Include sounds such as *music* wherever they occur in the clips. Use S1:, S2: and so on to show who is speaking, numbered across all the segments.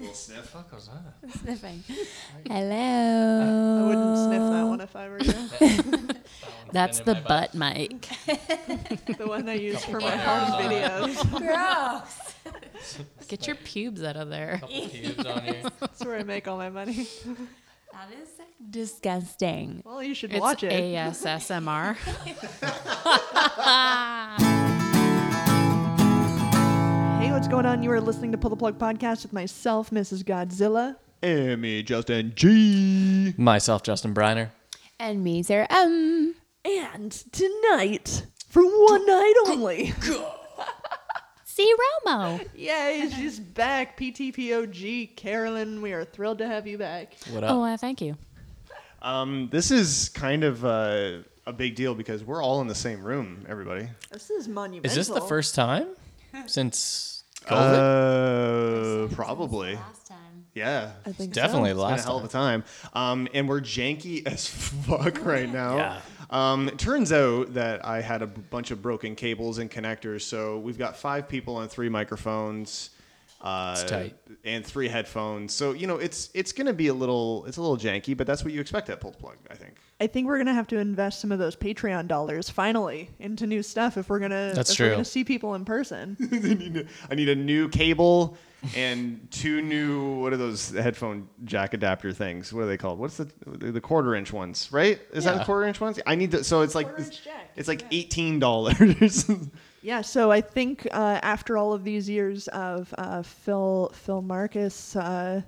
S1: little sniff.
S2: fuck was that?
S3: *laughs*
S2: *laughs*
S3: Sniffing.
S2: Right.
S3: Hello.
S4: I wouldn't sniff that one if
S2: *laughs*
S4: I
S5: *laughs*
S4: were you.
S3: *laughs* That's the butt mic.
S4: the one I use for
S2: Couple
S4: my
S2: layers
S4: home
S2: on it.
S4: videos. *laughs*
S6: Gross.
S3: Get your pubes out of there.
S2: Couple pubes
S3: *laughs*
S2: on here.
S4: Oh, *laughs* That's where I make all my money.
S6: That is
S3: Disgusting.
S4: Well, you should
S3: It's
S4: watch
S3: *laughs*
S4: it.
S3: ASSMR.
S4: *laughs* Hey, what's going on? You are listening to Pull the Plug podcast with myself, Mrs. Godzilla.
S1: Amy, Justin G.
S2: Myself, Justin Briner.
S3: and me, Sarah M.
S4: And tonight, for one night only. *laughs*
S3: *laughs* See Romo.
S4: Yay, she's back. PTPOG, Carolyn, we are thrilled to have you back.
S2: What up?
S3: Oh, uh, thank you.
S1: Um, this is kind of uh, a big deal because we're all in the same room, everybody.
S4: This is monumental.
S2: Is this the first time since COVID?
S1: Uh,
S6: the
S1: probably.
S6: last time.
S1: Yeah.
S4: I think so.
S2: Definitely
S1: It's been a
S2: last
S1: hell of
S2: time.
S1: a time. Um, and we're janky *laughs* as fuck right now.
S2: Yeah.
S1: Um, it turns out that I had a b- bunch of broken cables and connectors. So we've got five people on three microphones. Uh,
S2: tight.
S1: And three headphones. So, you know, it's it's going to be a little it's a little janky, but that's what you expect at Pull the Plug, I think.
S4: I think we're gonna have to invest some of those Patreon dollars finally into new stuff if we're gonna
S2: That's
S4: if we're
S2: true.
S4: gonna see people
S2: *laughs*
S4: in person.
S1: I need a- I need a new cable and two new what are those headphone jack adapter things? What are they called? What's the the quarter inch ones? Right? Is that
S2: Yeah.
S1: the quarter inch ones? I need to. So it's like
S4: Quarter
S1: it's,
S4: inch jack,
S1: it's like eighteen dollars. *laughs*
S4: yeah, so I think uh, after all of these years of uh, Phil Phil Marcus uh,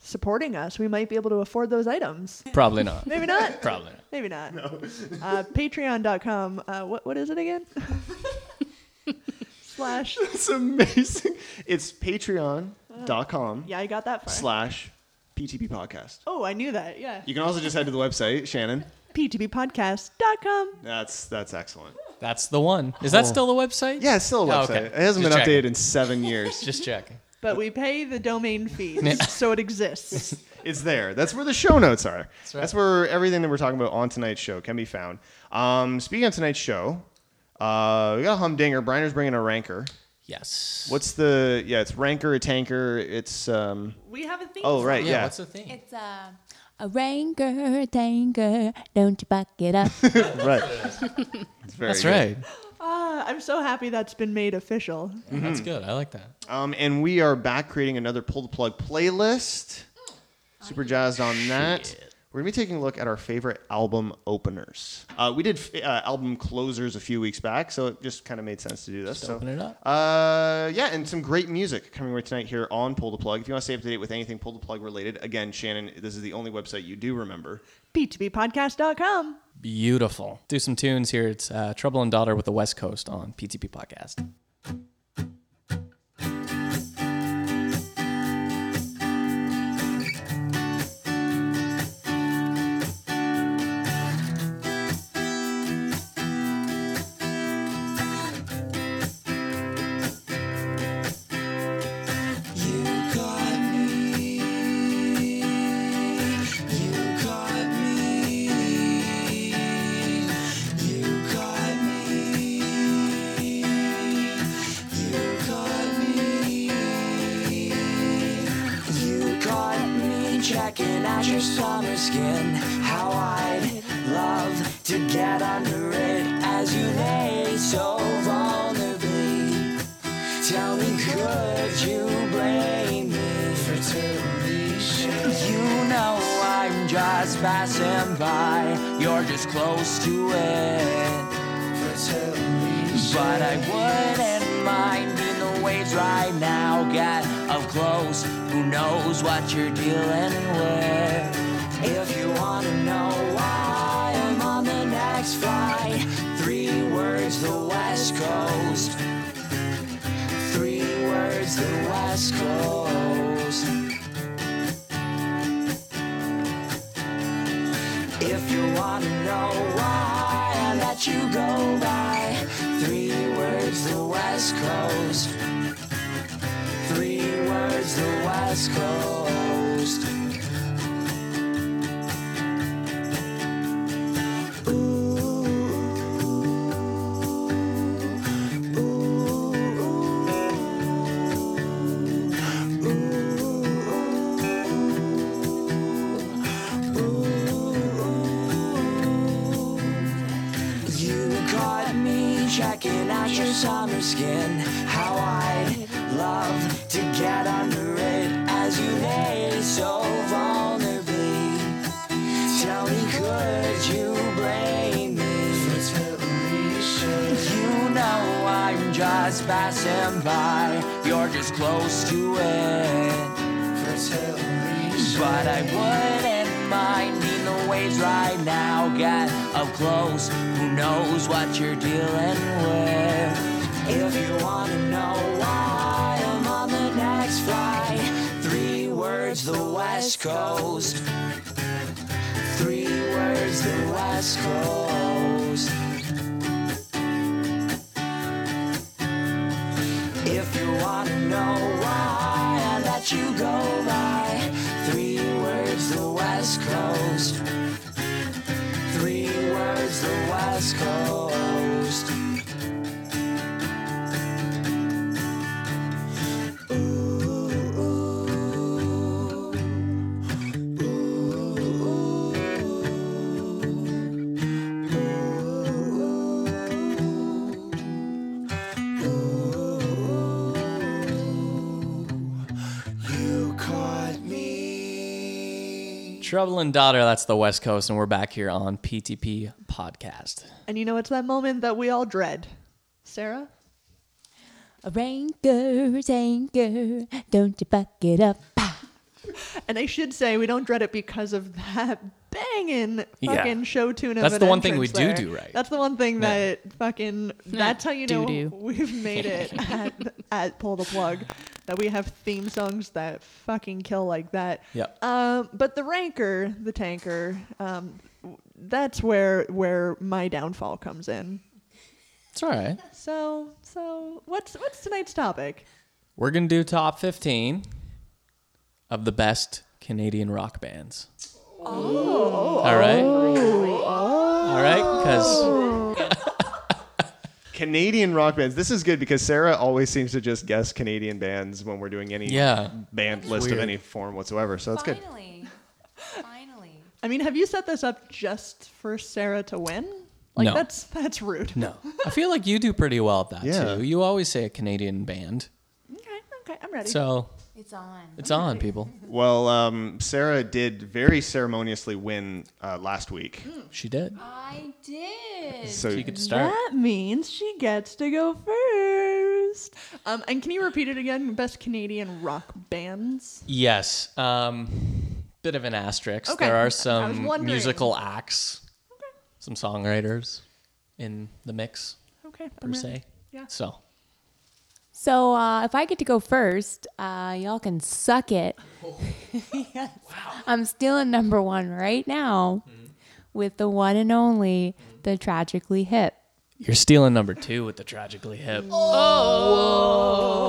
S4: supporting us, we might be able to afford those items.
S2: Probably not.
S4: Maybe not.
S2: *laughs* Probably not.
S4: Maybe not. Uh, Patreon.com. Uh, what what is it again? Slash.
S1: it's amazing. It's Patreon.com
S4: Yeah, I got that far.
S1: slash PTP podcast.
S4: oh, I knew that. Yeah.
S1: You can also just head to the website, Shannon.
S4: PTBpodcast.com.
S1: That's that's excellent. Oh.
S2: That's the one. Is that still the website?
S1: Yeah, it's still a
S2: Oh,
S1: website.
S2: okay.
S1: It hasn't
S2: Just
S1: been
S2: checking.
S1: updated in seven years.
S2: *laughs* Just checking.
S4: But we pay the domain fees, so it exists.
S2: *laughs*
S1: It's there. That's where the show notes are. That's,
S2: right.
S1: where everything that we're talking about on tonight's show can be found. Um, speaking of tonight's show, uh, we got a humdinger. Briner's bringing a ranker.
S2: Yes.
S1: What's the? Yeah, it's ranker, a tanker. It's um.
S4: *laughs* We have a theme.
S1: Oh right,
S2: yeah,
S1: yeah.
S2: What's the thing?
S6: It's uh,
S3: A ranker, tanker, don't you buck it up.
S1: *laughs* *laughs* right. It's very
S2: That's
S1: good.
S2: right.
S4: Ah, Uh, I'm so happy that's been made official.
S2: Mm-hmm.
S1: Mm-hmm.
S2: That's good. I like that.
S1: Um, and we are back creating another pull the plug playlist. Super jazzed on that. We're gonna be taking a look at our favorite album openers. Uh, we did f- uh, album closers a few weeks back, so it just kind of made sense to do this. so.
S2: open it up.
S1: Uh, yeah, and some great music coming right tonight here on Pull the Plug. If you want to stay up to date with anything Pull the Plug related, again, Shannon, this is the only website you do remember.
S4: P2Bpodcast.com.
S2: Beautiful. Do some tunes here. It's uh, Trouble and Daughter with the West Coast on PTP Podcast.
S5: You caught me checking out your summer skin. How I'd love to get under it as you lay so vulnerably. Tell me, could you blame me for television? You know I'm just passing by. You're just close to it. But I wouldn't mind in the waves right now. Get up close, who knows what you're dealing with? If you wanna know why I'm on the next flight, three words the West Coast. Three words the West Coast. If you wanna know why I let you go by Three words the West Coast Three words the West Coast Ooh, ooh, ooh, ooh, ooh. summer skin. How I love to get under it as you lay so vulnerably. Tell me, could you blame me? You know I'm just passing by. You're just close to it. But I wouldn't mind in the waves right now. Get up close, who knows what you're dealing with? If you wanna know why I'm on the next flight, three words the West Coast. Three words the West Coast. If you wanna know why I let you go by three words the West Coast. Three words the West Coast. You caught me.
S2: Trouble and Daughter, that's the West Coast, and we're back here on PTP Podcast.
S4: And you know, it's that moment that we all dread. Sarah?
S3: A rain girl's anger, don't you buck it up.
S4: And I should say, we don't dread it because of that banging
S2: Yeah.
S4: fucking show tune of
S2: That's
S4: an
S2: the one thing we
S4: entrance
S2: do
S4: there.
S2: do right.
S4: That's the one thing that fucking, that's how you know
S7: Doo-doo.
S4: we've made it at, at Pull the Plug, that we have theme songs that fucking kill like that.
S2: Yep.
S4: Um, but the ranker, the tanker, um, w- that's where where my downfall comes in.
S2: It's all right.
S4: So so what's what's tonight's topic?
S2: We're going to do top 15 of the best Canadian rock bands. Oh. All right. All right, because
S7: Oh.
S1: Canadian rock bands. This is good because Sarah always seems to just guess Canadian bands when we're doing any
S2: Yeah.
S1: band list
S2: weird.
S1: of any form whatsoever. So that's good.
S6: Finally. Finally.
S4: I mean, have you set this up just for Sarah to win? Like
S2: No.
S4: that's that's rude.
S2: no, I feel like you do pretty well at that
S1: Yeah.
S2: too. You always say a Canadian band,
S4: Okay, okay, I'm ready.
S2: so
S6: It's on.
S2: it's on people.
S1: Well, um, Sarah did very ceremoniously win uh, last week.
S2: She did.
S6: Hmm. I did.
S1: So
S2: She could start.
S4: That means she gets to go first. Um, and can you repeat it again? Best Canadian rock bands.
S2: Yes. Um, bit of an asterisk.
S4: Okay.
S2: There
S4: I
S2: are
S4: was
S2: some
S4: wondering.
S2: musical acts, some songwriters in the mix
S4: Okay,
S2: per
S4: I'm ready.
S2: se.
S4: Yeah.
S2: So
S3: So uh, if I get to go first, uh, y'all can suck it.
S2: *laughs*
S3: *laughs* Yes. I'm still in number one right now
S2: Mm-hmm.
S3: with the one and only, the tragically hip.
S2: you're stealing number two with the tragically hip. Oh.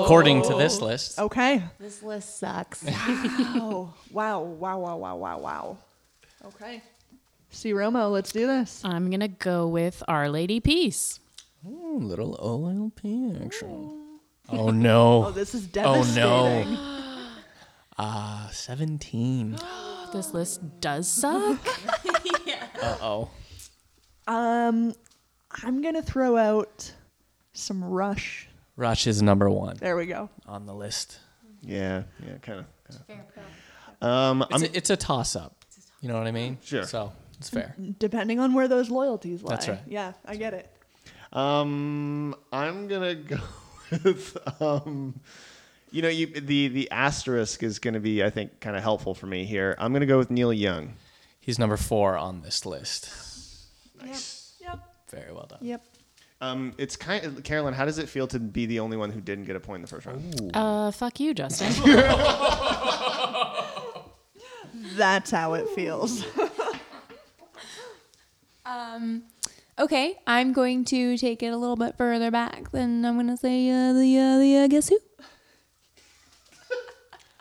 S2: According to this list.
S4: Oh. Okay.
S6: Oh. This list
S3: Sucks.
S4: Oh wow! Wow! Wow! Wow! Wow! Wow! Okay. See Romo, let's do this.
S7: I'm gonna go with Our Lady Peace.
S2: Ooh, little OLP action. Oh
S4: *laughs* Oh,
S2: no.
S4: this is
S2: Oh *gasps*
S4: devastating.
S2: no. Ah, 17.
S4: *gasps*
S7: This list does suck.
S2: Uh oh.
S4: Um, I'm gonna throw out some Rush.
S2: Rush is number one
S4: There we go.
S2: on the list.
S1: yeah, yeah, kind of.
S6: fair pro.
S1: Um,
S2: It's
S1: I'm
S2: a, it's a toss up. You know what I mean?
S1: Sure.
S2: So it's fair.
S4: Mm-hmm. Depending on where those loyalties lie.
S2: That's right.
S4: Yeah, I get it.
S1: Um, I'm gonna *laughs* go with um, you know, you the the asterisk is gonna be I think kind of helpful for me here. I'm gonna go with Neil Young.
S2: He's number four on this list.
S4: Yep.
S2: Very well done.
S4: Yep.
S1: Um, it's kind of Carolyn. How does it feel to be the only one who didn't get a point in the first round?
S7: uh, fuck you, Justin.
S4: *laughs* That's how it feels.
S3: Um, Okay, I'm going to take it a little bit further back. Then I'm going to say uh, the, uh, the uh, guess who?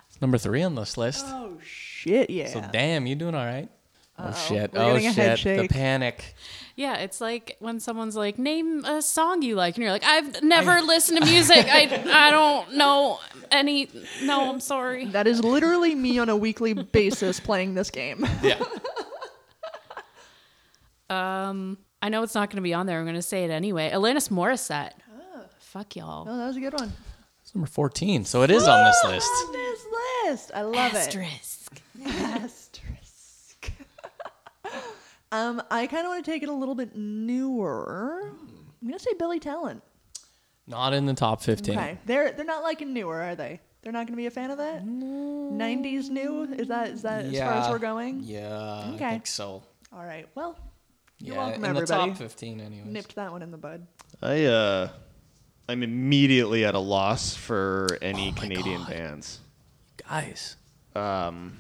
S2: It's number three on this list.
S4: oh shit! Yeah.
S2: So damn, you doing all right? Oh shit!
S4: We're
S2: oh
S4: getting a head
S2: shit! The
S4: shake.
S2: panic.
S7: yeah, it's like when someone's like, "Name a song you like," and you're like, "I've *laughs* never listened to music.
S4: *laughs*
S7: I I don't know any. No, I'm sorry."
S4: that is literally me on a weekly basis playing this game.
S2: Yeah.
S7: Um, I know it's not going to be on there. I'm going to say it anyway. Alanis Morissette. Fuck y'all.
S4: Oh, that was a good one.
S2: It's number 14, so it is on this list.
S4: On this list, I love it.
S7: Asterisk.
S4: Asterisk. *laughs* um, I kind of want to take it a little bit newer. I'm gonna say Billy Talent.
S2: Not in the top 15.
S4: Okay, they're they're not liking newer, are they? They're not gonna be a fan of that. Nineties new is that is that as far as we're going?
S2: Yeah,
S4: Okay.
S2: I think so.
S4: All right. Well,
S2: You're
S4: welcome,
S2: in the
S4: everybody.
S2: top 15 anyways.
S4: nipped that one in the bud.
S1: I uh, I'm immediately at a loss for
S2: Oh
S1: any Canadian bands.
S2: Guys,
S1: Um,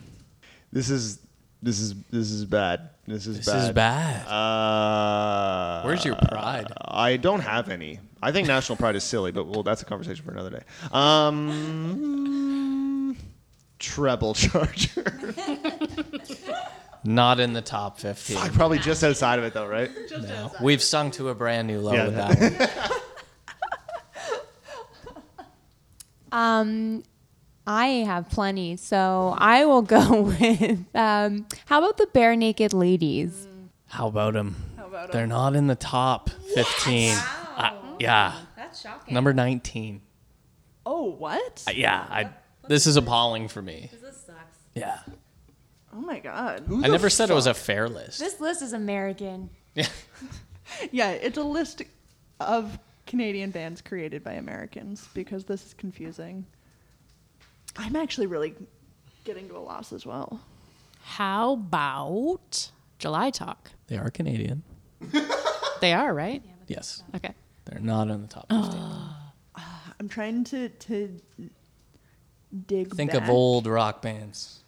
S1: this is this is this is bad. This is
S2: this
S1: bad.
S2: is bad.
S1: Uh,
S2: Where's your pride?
S1: I don't have any. I think national pride is silly, but well, that's a conversation for another day. Um, treble
S4: *laughs*
S1: charger.
S2: *laughs* Not in the top 15.
S1: Fuck, probably just outside of it though, right?
S2: No. We've sung to a brand new low
S1: Yeah.
S2: with that one.
S1: *laughs*
S3: Um, I have plenty, so I will go *laughs* with. Um, how about the bare naked ladies?
S2: How about them? How about They're not in the top 15. Uh, yeah.
S6: That's shocking.
S2: Number 19.
S4: Oh, what?
S2: Uh, yeah, I, this is appalling for me.
S6: This sucks.
S2: Yeah.
S4: oh my god.
S2: I never said it was a fair list.
S3: This list is American.
S4: *laughs* Yeah, it's a list of Canadian bands created by Americans because this is confusing. I'm actually really getting to a loss as well.
S7: How about
S3: *laughs*
S7: July Talk?
S2: They are Canadian.
S7: They are, right?
S2: Yes.
S7: Okay.
S2: They're not in the top 15.
S4: I'm trying to to dig.
S2: Think
S4: back.
S2: of old rock bands.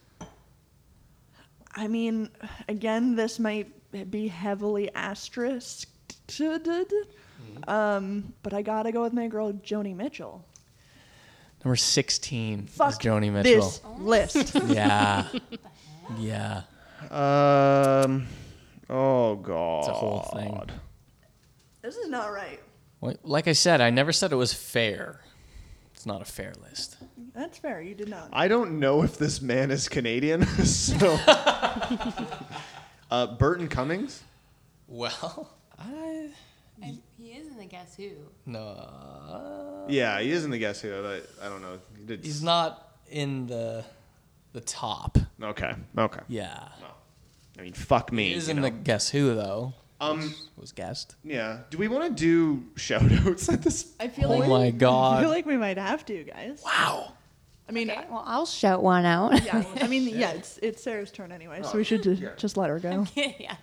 S4: I mean, again, this might be heavily asterisked, um, but I gotta go with my girl Joni Mitchell.
S2: Number 16 is
S4: Fuck
S2: Joni Mitchell.
S4: This list.
S2: *laughs*
S4: *laughs*
S2: Yeah. yeah.
S1: Um, oh god.
S2: It's a whole thing.
S4: this is not right.
S2: Like- Like I said, I never said it was fair. It's not a fair list.
S4: That's fair. You did not.
S1: I don't know if this man is Canadian, *laughs* so. uh, Burton Cummings.
S2: Well,
S4: Mm,
S2: I
S6: He is in the Guess Who.
S2: no.
S1: Yeah, he is in the Guess Who, but I don't know. He did-
S2: He's not in the the top.
S1: okay. Okay.
S2: Yeah.
S1: I mean, fuck me.
S2: He is
S1: you
S2: in
S1: know?
S2: the guess who though.
S1: Um,
S2: Was guessed.
S1: Yeah. Do we want to do shout outs at this?
S4: I feel
S2: Oh
S4: like
S2: my
S4: I
S2: god.
S4: feel like we might have to, guys.
S2: wow.
S4: I mean,
S3: Well, I'll shout one out.
S4: *laughs* yeah. I mean, yeah. It's it's Sarah's turn
S3: *laughs*
S4: anyway, so we should ju- just let her go.
S3: yeah.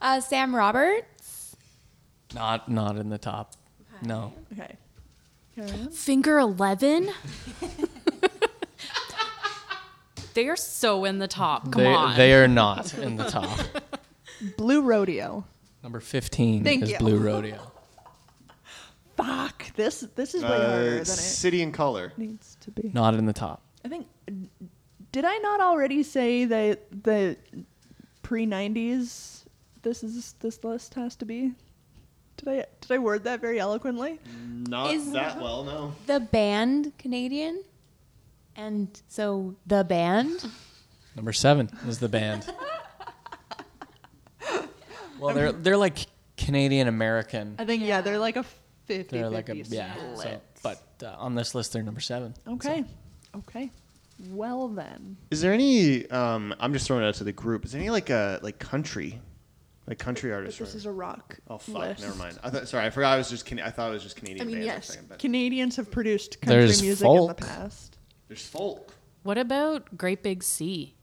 S3: Uh, Sam Roberts.
S2: Not not in the top. No.
S4: Okay.
S7: Finger 11?
S3: *laughs*
S7: they are so in the top. Come
S2: they
S7: on.
S2: they are not in the
S4: *laughs*
S2: top.
S4: Blue Rodeo.
S2: Number 15
S4: Thank
S2: is
S4: you.
S2: Blue Rodeo.
S4: Fuck. This this is way harder
S1: Uh,
S4: than it
S1: City and Color.
S4: needs to be.
S2: Not in the top.
S4: I think. Did I not already say that the pre '90s? This is this list has to be. Did I did I word that very eloquently?
S1: Not
S3: Is-
S1: that well, no.
S3: The band Canadian. And so the band.
S2: Number seven is the
S4: *laughs*
S2: band. well, they're they're like Canadian American.
S4: I think yeah, they're like a 50-50
S2: They're like a yeah. So,
S4: split.
S2: but uh, on this list, they're number seven.
S4: okay, okay. Well then,
S1: Is there any? Um, I'm just throwing it out to the group. Is there any like uh, like country, like country
S4: but
S1: artists?
S4: this
S1: or-
S4: is a rock.
S1: oh fuck!
S4: list.
S1: Never mind. I thought, sorry, I forgot. I was just. Can- I thought it was just Canadian.
S4: I mean,
S1: bands
S4: yes,
S1: second, but
S4: Canadians have produced country
S2: There's
S4: music in the
S2: folk.
S4: past.
S1: there's folk.
S7: *laughs* what about Great Big Sea?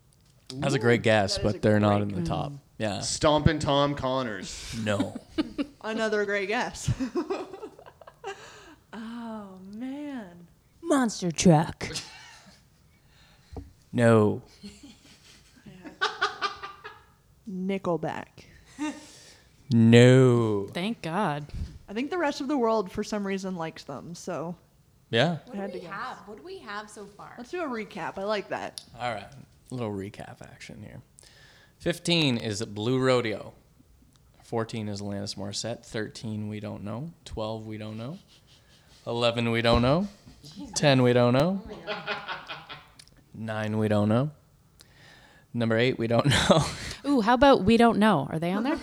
S2: That's a great guess,
S4: That is a
S2: but they're not in
S4: great
S2: the top. Yeah.
S1: Stompin' Tom Connors.
S2: No.
S4: *laughs* Another great guess. *laughs* oh man.
S3: Monster Truck.
S2: No.
S4: Nickelback.
S2: No.
S7: Thank God.
S4: I think the rest of the world, for some reason, likes them. So
S2: Yeah.
S6: What do we have? What do we have so far?
S4: let's do a recap. I like that.
S2: All right. A little recap action here. 15 is Blue Rodeo. 14 is Alanis Morissette. 13, we don't know. 12, we don't know. 11, we don't know. 10, we don't know. 9, we don't know. Number 8, we don't *laughs* know.
S7: Ooh, how about We Don't Know? Are they on there?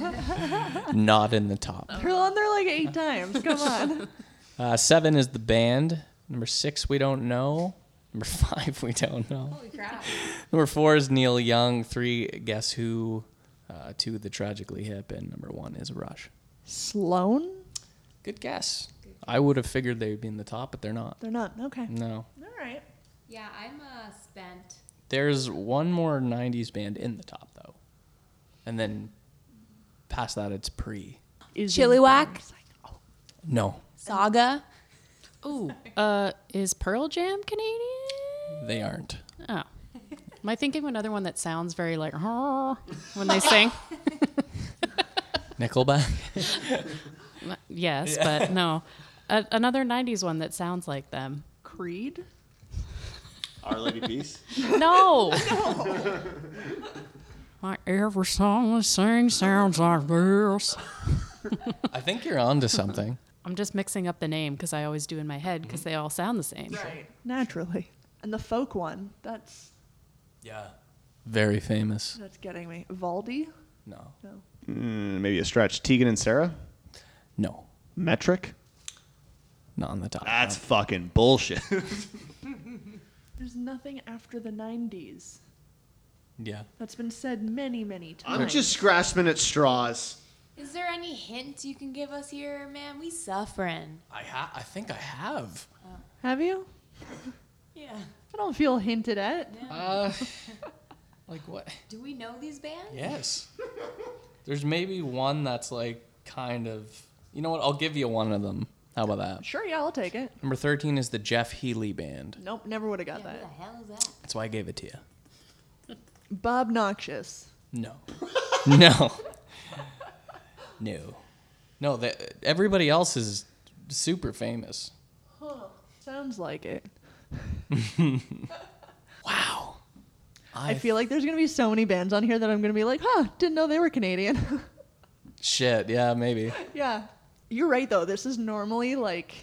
S2: Not in the top.
S4: They're on there like eight times. Come on.
S2: Uh, seven is the band. Number six, we don't know. Number *laughs* five, we don't know.
S6: Holy crap.
S2: Number four is Neil Young. Three, guess who? Uh, two, the tragically hip, and number one is Rush.
S4: Sloan?
S2: Good guess. I would have figured they would be in the top, but they're not.
S4: They're not. Okay.
S2: No.
S4: All right.
S6: Yeah, I'm uh, spent.
S2: There's one more 90s band in the top, though. And then past that, it's pre.
S4: Is
S3: Chilliwack,
S2: No.
S3: Saga.
S7: Ooh, uh, is Pearl Jam Canadian?
S2: They
S4: *laughs*
S2: aren't.
S7: Oh. Am I thinking of another one that sounds very like *laughs* when
S3: *laughs*
S7: they sing?
S2: Nickelback?
S7: *laughs* Yes, but no. A- another 90s one that sounds like them.
S4: Creed?
S1: Our Lady
S4: *laughs*
S1: Peace.
S7: No. Like every song I sing sounds like this.
S2: *laughs* I think you're onto something.
S7: I'm just mixing up the name because I always do in my head because they all sound the same.
S4: Right. Naturally. And the folk one. That's
S2: Yeah. Very famous.
S4: that's getting me. Valdi?
S2: No.
S1: Mm, maybe a stretch. Tegan and Sarah.
S2: No.
S1: Metric.
S2: Not on the top.
S1: That's fucking bullshit.
S4: *laughs* There's nothing after the 90s.
S2: *laughs* yeah.
S4: That's been said many, many times.
S1: I'm just grasping at straws.
S6: Is there any hint you can give us here, man? We suffering.
S2: I ha- I think I have.
S4: Oh. Have you?
S6: *laughs* Yeah.
S4: I don't feel hinted at.
S2: Uh, like what?
S6: Do we know these bands?
S2: Yes. *laughs* There's maybe one that's like kind of. You know what? I'll give you one of them. How about that?
S4: *laughs* Sure, yeah, I'll take it.
S2: Number 13 is the Jeff Healy Band.
S4: Nope, never would have got
S6: Yeah, who the
S4: that.
S6: hell is that?
S2: That's why I gave it to you.
S4: Bob Noxious.
S2: No. *laughs* no. No. No, that, everybody else is super famous.
S4: Sounds like it.
S2: Wow.
S4: I feel like there's gonna be so many bands on here that I'm gonna be like, huh, didn't know they were Canadian. *laughs*
S2: Shit, yeah, maybe. You
S4: yeah. You're right though, this is normally like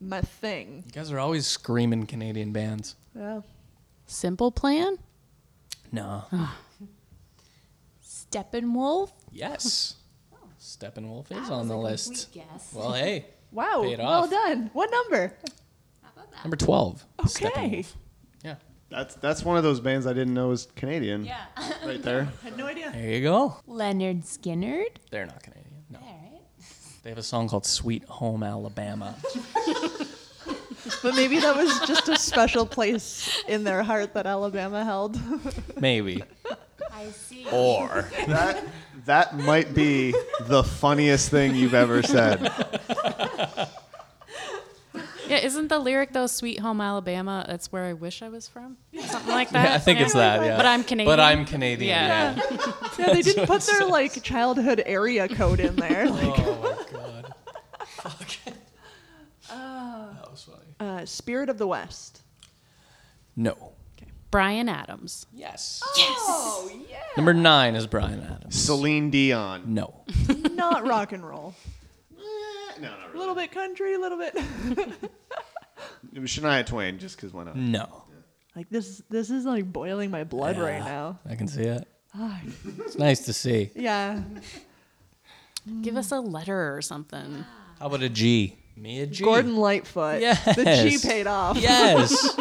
S4: my thing.
S2: guys are always screaming Canadian bands.
S4: Yeah.
S7: Simple Plan?
S2: No.
S3: Steppenwolf.
S2: yes. Steppenwolf is
S6: That
S2: on
S6: was
S2: the
S6: a
S2: list.
S6: complete guess.
S2: Well, hey,
S4: Wow.
S2: Paid
S4: Well
S2: off.
S4: done. What number?
S6: How about that?
S2: number 12.
S4: Okay.
S2: Steppenwolf. Yeah.
S1: That's that's one of those bands I didn't know was Canadian.
S6: Yeah.
S1: Right there.
S4: *laughs* Had no idea.
S2: There you go.
S3: Leonard
S6: *laughs*
S3: Skinnerd.
S2: They're not Canadian. No.
S6: All right.
S2: They have a song called Sweet Home Alabama.
S4: But maybe that was just a special place in their heart that Alabama held. *laughs*
S2: maybe.
S6: *laughs* I see.
S2: Or.
S1: That that might be the funniest thing you've
S6: *laughs*
S1: ever said.
S7: Yeah, isn't the lyric though "Sweet Home Alabama"? That's where I wish I was from, something like that.
S2: I think it's that, yeah.
S7: But I'm Canadian.
S2: But I'm Canadian.
S7: Yeah.
S2: yeah.
S4: yeah, they didn't
S2: *laughs*
S4: put their like childhood area code in there. Like
S2: Oh my god. Fuck. that was funny.
S4: *laughs* uh, Spirit of the West.
S2: No.
S7: Brian Adams.
S2: Yes. Yes. Oh yeah. Number nine is Brian Adams.
S1: Celine Dion.
S2: No.
S4: Not rock and roll.
S1: No, not
S4: A little bit country, a little bit *laughs*
S1: It was Shania Twain, just because why not?
S2: No.
S4: like this this is like boiling my blood right
S2: Yeah.
S4: now.
S2: I can see it. It's nice to see.
S4: Yeah.
S2: *laughs*
S7: Give us a letter or something.
S2: How about a G? Me a G.
S4: Gordon Lightfoot. The G
S2: Yes.
S4: paid
S7: *laughs*
S4: off. *laughs*
S2: Yes.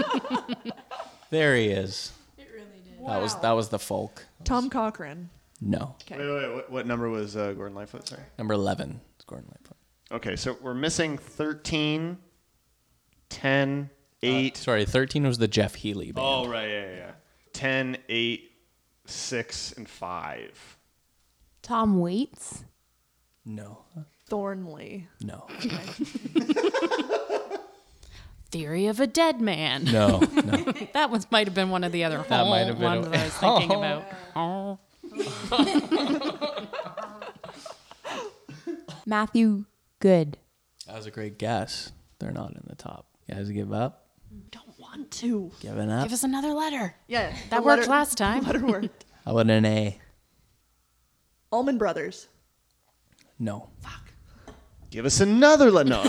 S2: there he is.
S6: It really did.
S2: That was that was the folk.
S4: Tom Cochran.
S2: No.
S1: Wait, wait, wait, what, what number was uh, Gordon Lightfoot? Sorry.
S2: Number eleven is Gordon Lightfoot.
S1: Okay, so we're missing 13, 10,
S2: Uh,
S1: 8.
S2: Sorry, thirteen was
S1: *laughs*
S2: the Jeff Healy band.
S1: oh, right, yeah, yeah, yeah. 10, 8, 6, and 5.
S3: Tom Waits.
S2: No.
S4: Thornley.
S2: No.
S7: Theory of a Dead Man.
S2: No. No.
S7: *laughs* That one might have been one of the other
S2: That might have been
S7: ones
S2: a- Oh.
S7: that I was thinking about.
S2: *laughs*
S7: Oh.
S3: Matthew Good.
S2: That was a great guess. They're not in the top. You guys give up?
S4: Don't *laughs* want to.
S2: Giving up?
S7: Give us another letter.
S4: Yeah. the
S7: That worked
S4: letter-
S7: last time.
S4: *laughs* Letter worked.
S2: How about an A?
S4: Allman Brothers.
S2: No.
S1: Give us another. Let no.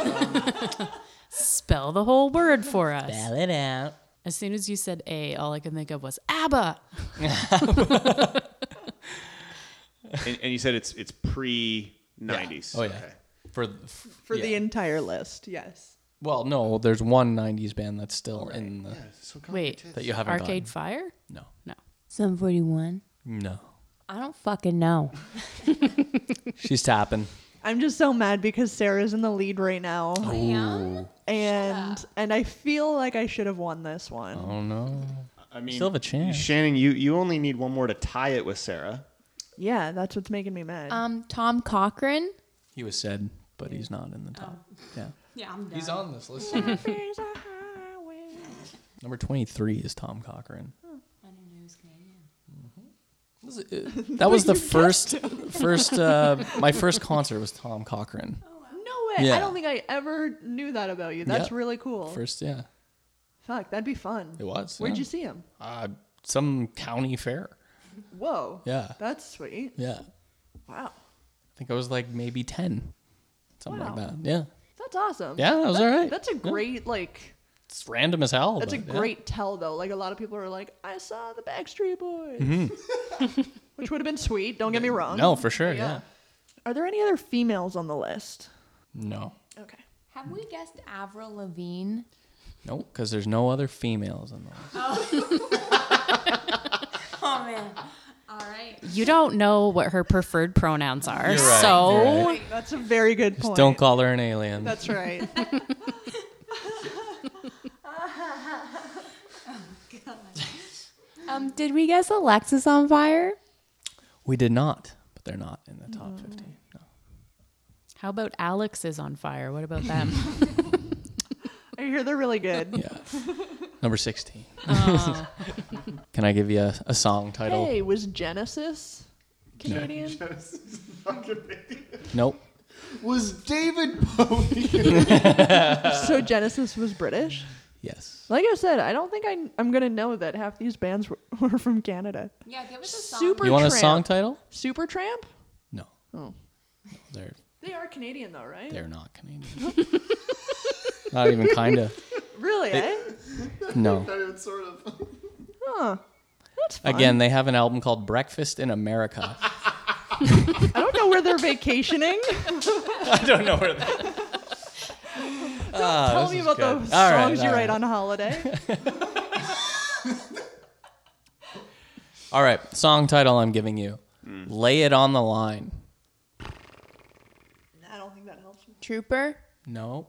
S7: Spell the whole word for us.
S2: it out.
S7: As soon as you said A, all I could think of was
S2: *laughs*
S7: ABBA.
S1: and, and you said it's it's pre 90s.
S2: Oh yeah.
S1: Okay.
S2: For
S4: For the
S2: yeah.
S4: entire list, yes.
S2: Well, no, there's one '90s band that's still in the
S1: So
S7: Wait,
S2: that you haven't
S7: Arcade
S2: gotten.
S7: Fire?
S2: No,
S7: No.
S3: Some 41.
S2: no,
S3: I don't fucking
S4: *laughs*
S3: know.
S2: she's tapping.
S4: I'm just so mad because Sarah's in the lead right now,
S2: Oh. Ooh,
S4: and and I feel like I should have won this one.
S2: oh no,
S1: I mean,
S2: still have a chance.
S1: Shannon, you, you only need one more to tie it with Sarah.
S4: Yeah, that's what's making me mad.
S3: Um, Tom Cochran.
S2: he was said, but he's
S4: *laughs*
S2: not in the top.
S4: Oh.
S2: Yeah,
S7: Yeah, I'm
S2: he's on this list. *laughs* Number 23 is Tom Cochran.
S4: *laughs*
S2: Was it- uh,
S4: *laughs*
S2: That was the first, first, uh, my first concert was Tom Cochran.
S4: Oh, no way!
S2: Yeah.
S4: I don't think I ever knew that about you. That's
S2: Yeah.
S4: really cool.
S2: First, yeah,
S4: Fuck, that'd be fun.
S2: it was.
S4: Where'd
S2: yeah.
S4: you see him?
S2: Uh, some county fair.
S4: Whoa.
S2: Yeah.
S4: That's sweet.
S2: Yeah.
S4: Wow.
S2: I think I was like maybe 10, something like
S4: Wow.
S2: that. Yeah.
S4: That's awesome.
S2: Yeah, that was all right.
S4: That's a great like.
S2: It's random as hell.
S4: That's a
S2: but, yeah.
S4: great tell though. Like a lot of people are like, I saw the Backstreet Boys, *laughs* which would have been sweet. Don't get me wrong.
S2: Mm-hmm. No, for sure.
S4: Yeah.
S2: Yeah.
S4: Are there any other females on the list?
S2: No.
S4: Okay.
S3: Have we guessed Avril
S6: *laughs*
S3: Lavigne?
S2: No, because there's no other females in the list.
S6: Oh,
S7: You don't know what her preferred pronouns are,
S2: right.
S7: so
S4: That's a very good point.
S2: Don't call her an alien. *laughs*
S4: That's right. *laughs*
S3: Um, did we guess Alexis on fire?
S2: we did not, but they're not in the top 50. No.
S7: how about Alex is on fire? What about them? *laughs*
S4: I hear they're really good.
S2: Yeah. Number 16. *laughs* Can I give you a, a song title?
S4: Hey, was Genesis Canadian?
S2: Nope.
S1: Was David
S2: *laughs*
S1: Bowie?
S4: So Genesis was British.
S2: Yes.
S4: Like I said, I don't think I, I'm gonna know that half these bands were, *laughs* were from Canada.
S6: Yeah, give us a song.
S4: Super
S2: You want a
S4: Tramp.
S2: song title?
S4: Super Tramp?
S2: No.
S4: Oh.
S2: No, they're,
S4: They are Canadian though, right?
S2: they're not
S4: *laughs*
S2: Canadian. not even kind
S6: *laughs*
S2: of.
S4: Really? eh?
S2: No.
S1: sort of.
S4: Huh. That's fun.
S2: Again, they have an album called Breakfast in America.
S4: I don't know where they're
S2: *laughs*
S4: vacationing. *laughs*
S2: I don't know where that.
S4: Tell me
S2: Ah,
S4: about
S2: good.
S4: those
S2: All right,
S4: songs you
S2: all
S4: write
S2: right. *laughs*
S4: on holiday. *laughs*
S2: All right, song title I'm giving you.
S1: Mm.
S2: Lay it on the line.
S4: I don't think that helps. me.
S3: Trooper.
S2: No.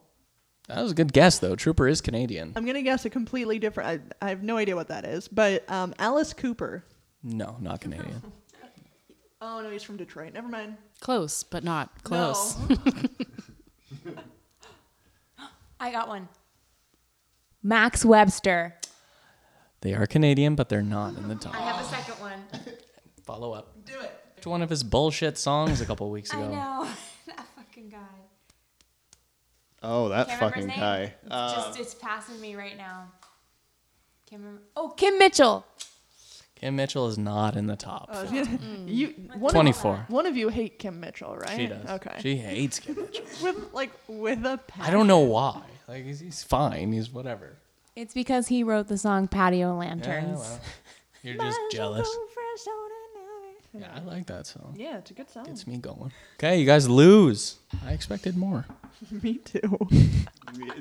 S2: That was a good guess though. Trooper is Canadian.
S4: I'm gonna guess a completely different. I, I have no idea what that is, but um, Alice Cooper.
S2: No, not Canadian.
S4: *laughs* Oh no, he's from Detroit. Never mind.
S7: close, but not
S4: *laughs*
S7: close.
S4: No.
S3: I got one. Max Webster.
S2: They are Canadian, but they're not in the top.
S6: I have a second one.
S2: Follow up. Do it. To one of his bullshit songs a couple weeks
S6: I
S2: ago.
S6: know. *laughs* that fucking guy.
S1: Oh, that
S6: Can't remember his
S1: fucking
S6: name.
S1: guy. Um,
S6: It's just it's passing me right now. Can't remember.
S3: Oh, Kim Mitchell.
S2: Kim Mitchell is not in the top.
S4: I was gonna- Uh, you one Of,
S2: 24.
S4: one of you hate Kim Mitchell, right?
S2: She does.
S4: Okay.
S2: She hates Kim Mitchell.
S4: *laughs* with like with a
S2: I
S4: pen.
S2: don't know why. Like he's, he's fine. He's whatever.
S3: It's because he wrote the song Patio Lanterns.
S2: Yeah, well, you're just jealous. Yeah, I like that song.
S4: Yeah, it's a good song.
S2: It's me going. Okay, you guys lose. I expected more.
S4: *laughs* Me too.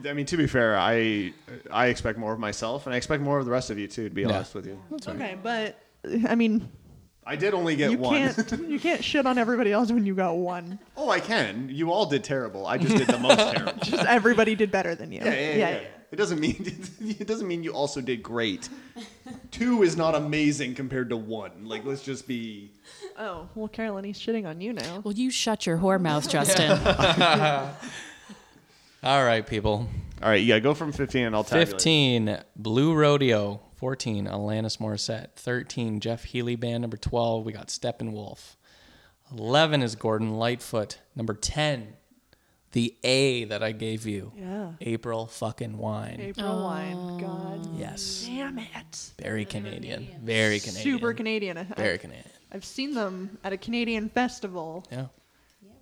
S1: I mean, to be fair, I I expect more of myself, and I expect more of the rest of you too. To be honest with you,
S4: okay, but I mean,
S1: I did only get
S4: you
S1: one.
S4: can't you can't shit on everybody else when you got one.
S1: Oh, I can. You all did terrible. I just did the
S4: *laughs*
S1: most terrible.
S4: Just everybody did better than you.
S1: Yeah, yeah, yeah. It doesn't mean *laughs* it doesn't mean you also did great. Two is not amazing compared to one. Like, let's just be.
S4: *laughs* Oh well, Carolyn, he's shitting on you now.
S7: Well, you shut your whore
S1: *laughs*
S7: mouth, Justin.
S2: *laughs* All right, people.
S1: All right, yeah. Go from fifteen, and I'll tabulate.
S2: 15, Blue Rodeo. 14, Alanis Morissette. 13, Jeff Healy Band. Number 12, we got Steppenwolf. 11 is Gordon Lightfoot. Number 10, the A that I gave you.
S4: Yeah.
S2: April fucking wine.
S4: April Wine. God
S2: Oh. Yes.
S4: damn it.
S2: Very Canadian. Very Canadian.
S4: Super Canadian.
S2: Very
S4: I,
S2: Canadian.
S4: I've seen them at a Canadian festival.
S2: Yeah.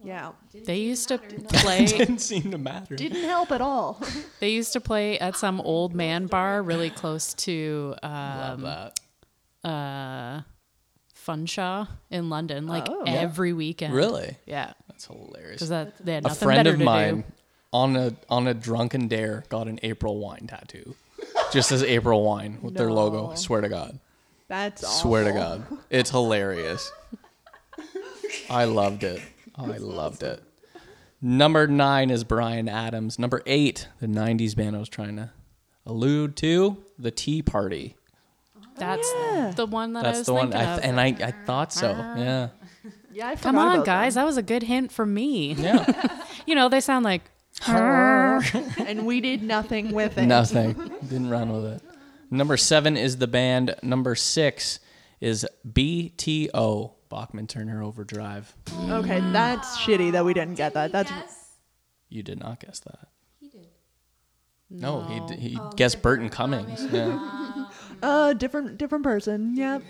S4: Yeah.
S7: they used
S1: *laughs*
S7: to play.
S2: Didn't seem to matter.
S4: Didn't help at all.
S7: They used to play at some old man bar really close to um,
S2: that.
S7: uh, Funshaw in London, like
S4: Oh.
S7: every weekend.
S2: Really?
S7: Yeah,
S2: That's hilarious.
S7: because that they had
S2: a
S7: nothing
S2: friend
S7: better
S2: of
S7: to
S2: mine
S7: do.
S2: on a on a drunken dare got an April Wine tattoo. Just as April Wine with their logo. I
S4: No.
S2: swear to God.
S4: That's awful.
S2: Swear to God. It's hilarious. I loved it. I loved it. Number nine is Brian Adams. Number eight, the 90s band I was trying to allude to, The Tea Party.
S7: That's the one that I
S2: That's
S7: was
S2: the one.
S7: thinking
S2: I,
S7: of. Uh-huh.
S2: and I, I thought so. Yeah.
S4: Yeah, I
S7: Come
S4: forgot
S7: on,
S4: about
S7: guys. That was a good hint from me.
S2: Yeah.
S7: *laughs* You know, they sound like
S4: that. And we did nothing with it.
S2: Nothing. Didn't run with it. Number seven is the band. Number six is BTO, Bachman Turner Overdrive.
S4: Okay, that's shitty that we didn't get that. That's *laughs*
S2: You did not guess that.
S8: He did. Oh,
S2: No, he, d- he guessed
S8: *laughs*
S2: Burton Cummings. Yeah.
S4: uh different different person. Yep.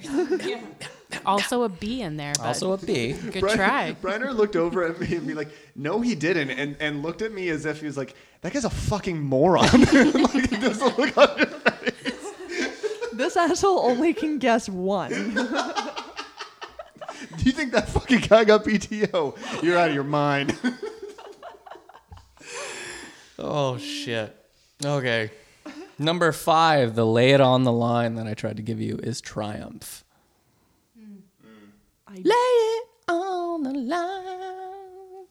S4: *laughs*
S7: also a B in there. But
S2: Also a B.
S7: good
S1: *laughs*
S7: try.
S1: Bryner looked over at me and be like, "No, he didn't," and and looked at me as if he was like, "That guy's a fucking moron." *laughs* like, it doesn't look *laughs* on his
S4: This asshole only can
S2: *laughs*
S4: guess one.
S1: Do you think that fucking guy got PTO? You're out of your mind.
S2: Oh shit. Okay. Number five, the lay it on the line that I tried to give you is triumph.
S4: I-
S2: Lay it on the line.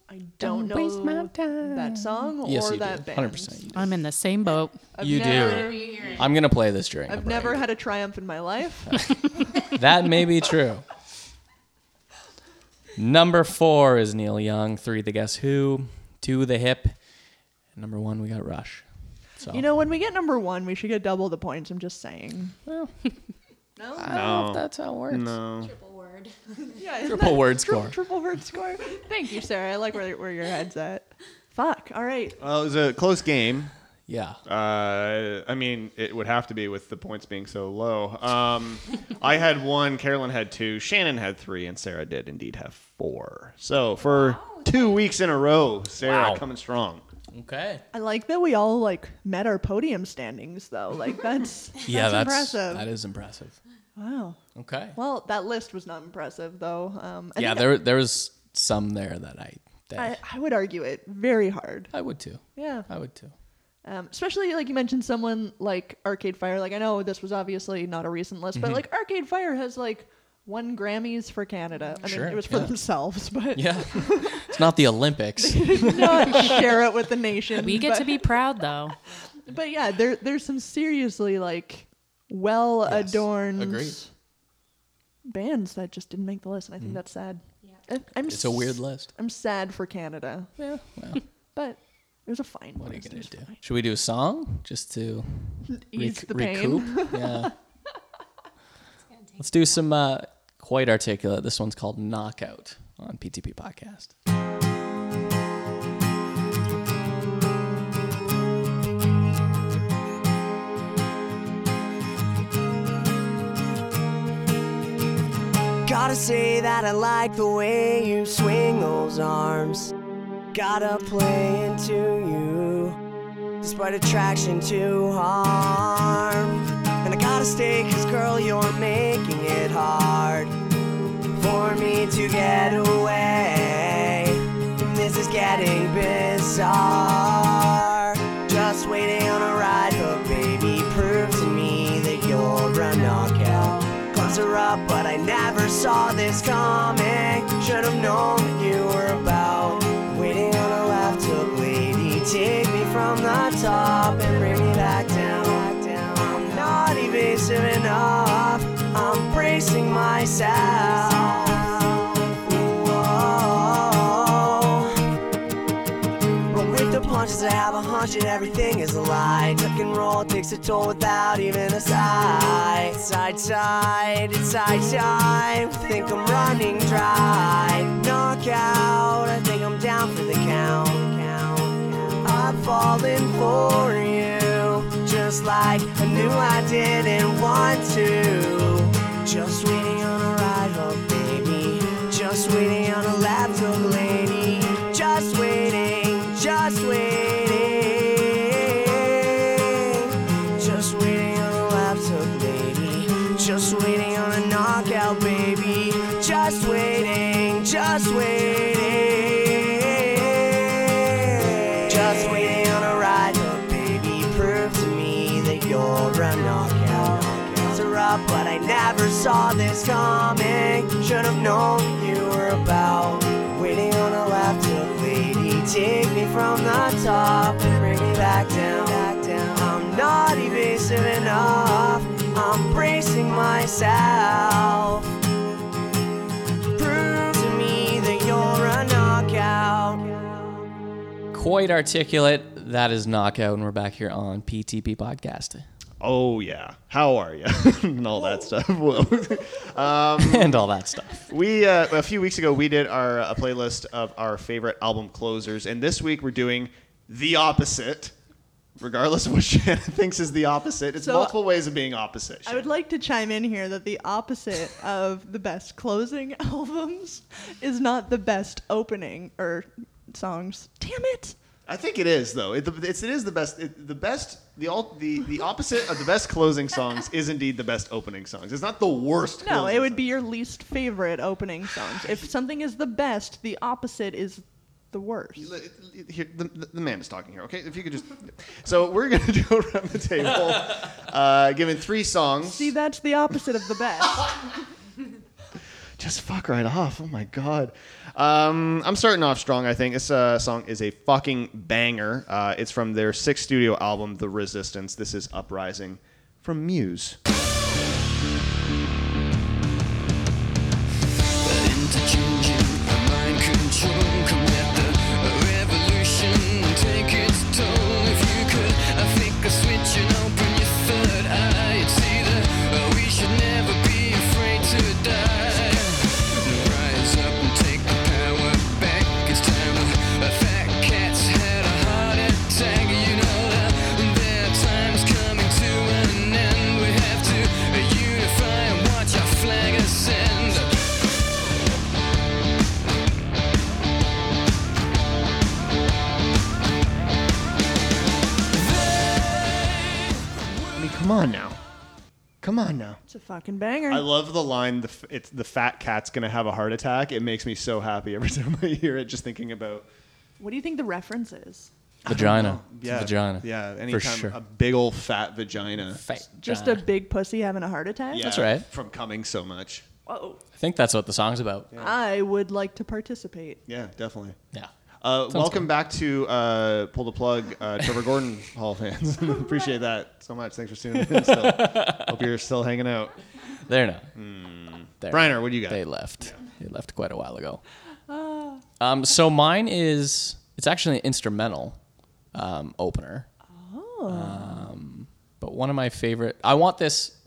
S4: I don't know
S2: waste my time.
S4: that song
S2: Yes,
S4: or
S2: you
S4: that
S2: do.
S4: band.
S2: Hundred percent. You do.
S7: I'm in the same boat.
S4: I've
S2: You
S4: never-
S2: do. I'm gonna play this during.
S4: I've
S2: the
S4: never
S2: break.
S4: had a triumph in my life.
S2: *laughs* that may be true. Number four is Neil Young. Three, the Guess Who. Two, the Hip. And number one, we got Rush. So
S4: *laughs* You know, when we get number one, we should get double the points. I'm just saying.
S2: I don't know if *laughs* that's how it works.
S1: No.
S4: *laughs* Yeah, isn't
S2: Triple
S4: that-
S2: word
S4: tri-
S2: score.
S4: Triple word score. Thank you, Sarah. I like where, where your head's at. Fuck. All right.
S1: Well, it was a close game.
S2: Yeah.
S1: Uh, I mean, it would have to be with the points being so low.
S2: *laughs*
S1: Um, I had one, Carolyn had two, Shannon had three, and Sarah did indeed have four. So for two weeks in a row, Sarah
S2: Wow.
S1: coming strong.
S2: Okay.
S4: I like that we all like met our podium standings though. Like
S2: *laughs*
S4: that's
S2: Yeah,
S4: that's,
S2: that's
S4: impressive.
S2: That is impressive.
S4: wow.
S2: Okay.
S4: Well, that list was not impressive though. Um, I
S2: yeah,
S4: think
S2: there there was some there that I that
S4: I,
S2: I,
S4: I would argue it very hard.
S2: would too.
S4: Yeah.
S2: I would
S4: *laughs*
S2: too.
S4: Um, especially like you mentioned someone like Arcade Fire. Like I know this was obviously not a recent list,
S2: Mm-hmm.
S4: but like Arcade Fire has like won Grammys for Canada. I
S2: Sure,
S4: mean, it was for
S2: yeah.
S4: themselves, *laughs* but
S2: Yeah. it's not the
S4: *laughs*
S2: Olympics.
S4: not share it with the nation.
S7: We get
S4: but-
S7: to be proud though.
S4: But yeah, there there's some seriously like well adorned
S2: agreed.
S4: bands that just didn't make the list, and I think that's sad. Yeah, I'm
S2: Mm. It's a weird
S4: s-
S2: list.
S4: I'm sad for Canada,
S2: Yeah. Well,
S4: but it was a fine
S2: what are you
S4: list. It
S2: gonna
S4: was
S2: do?
S4: fine.
S2: Should we do a song just to
S4: Ease
S2: rec-
S4: the pain.
S2: recoup?
S4: *laughs*
S2: Yeah. Let's do some uh, quite articulate. This one's called Knockout on PTP Podcast.
S9: Gotta say that I like the way you swing those arms. Gotta play into you, despite attraction to harm. And I gotta stay, cause girl, you're making it hard for me to get away. This is getting bizarre. Just waiting on a ride, but baby, prove to me that you're a knockout. Closer up, but I never saw this coming. Should have known that you were about. Waiting on a left hook, lady. Take me from the top and bring me back down. I'm not evasive enough. I'm bracing myself. Whoa. But with the punches, I have a hunch that everything is a lie. Tuck and roll takes a toll without even a sigh. Side, side, it's side, side. Think I'm running dry. Knockout, I think I'm down for the count. I'm falling for you, just like I knew I didn't want to. Just waiting on a ride, oh baby. Just waiting on a laptop lady. Just waiting, just waiting. Just waiting on a laptop lady. Just waiting on a knockout baby. Just waiting, just waiting. Just waiting.
S5: up, but I never saw this coming. Should have known you were about. Waiting on a left to lady. Take me from the top and bring me back down. Back down. I'm not evasive enough. I'm bracing myself. Prove to me that you're a knockout.
S2: Quite articulate. That is knockout, and we're back here on PTP podcast
S1: Oh yeah. How are you? *laughs* and all that stuff. Whoa. *laughs*
S2: *laughs* and all that stuff.
S1: we uh, a few weeks ago we did our a playlist of our favorite album closers, and this week we're doing the opposite. Regardless of what *laughs* Shannon thinks is the opposite, it's
S4: So-
S1: multiple ways of being opposite.
S4: I would like to chime in here that the opposite of the best closing *laughs* albums is not the best opening or songs. Damn it!
S1: I think it is though. It, it's, it is the best. It, the best. The all the the opposite of the best closing songs is indeed the best opening songs. It's not the worst.
S4: No,
S1: closing
S4: it would be
S1: songs.
S4: your least favorite opening songs. If something is the best, the opposite is the worst.
S1: L- l- Here, the, the- the man is talking here. Okay, if you could just. So we're gonna *laughs* do around the table, uh, giving three songs.
S4: See, that's the opposite of the best.
S1: just fuck right off. Oh my god. *laughs* Um, I'm starting off strong. I think this uh, song is a fucking banger. Uh, it's from their sixth studio album, The Resistance. This is Uprising from Muse.
S5: oh,
S1: I mean, come on now. Come on now.
S4: It's a fucking banger.
S1: I love the line. The f- it's the fat cat's gonna have a heart attack. It makes me so happy every *laughs* time I hear it. Just thinking about
S4: what do you think the reference is?
S2: Vagina. It's a Vagina.
S1: Yeah, anytime
S2: For sure.
S1: a big old fat vagina.
S2: Fat
S4: Just a
S2: vagina.
S4: big pussy having a heart attack?
S1: Yeah,
S2: That's right.
S1: From coming so much.
S4: Whoa.
S2: I think that's what the song's about. Yeah.
S4: I would like to participate.
S1: Yeah, definitely. Uh, welcome
S2: good.
S1: back to uh, Pull the Plug, uh, Trevor
S2: *laughs*
S1: Gordon Hall fans. *laughs* Appreciate that so much. Thanks for tuning in. Still. Hope you're still hanging out.
S2: They're not. They're not.
S1: Hmm. Briner, what do you got?
S2: They left. They left quite a while ago.
S4: Ah.
S2: Um, so mine is it's actually an instrumental um, opener. Oh. Um,
S4: Ah.
S2: but one of my favorite. I want this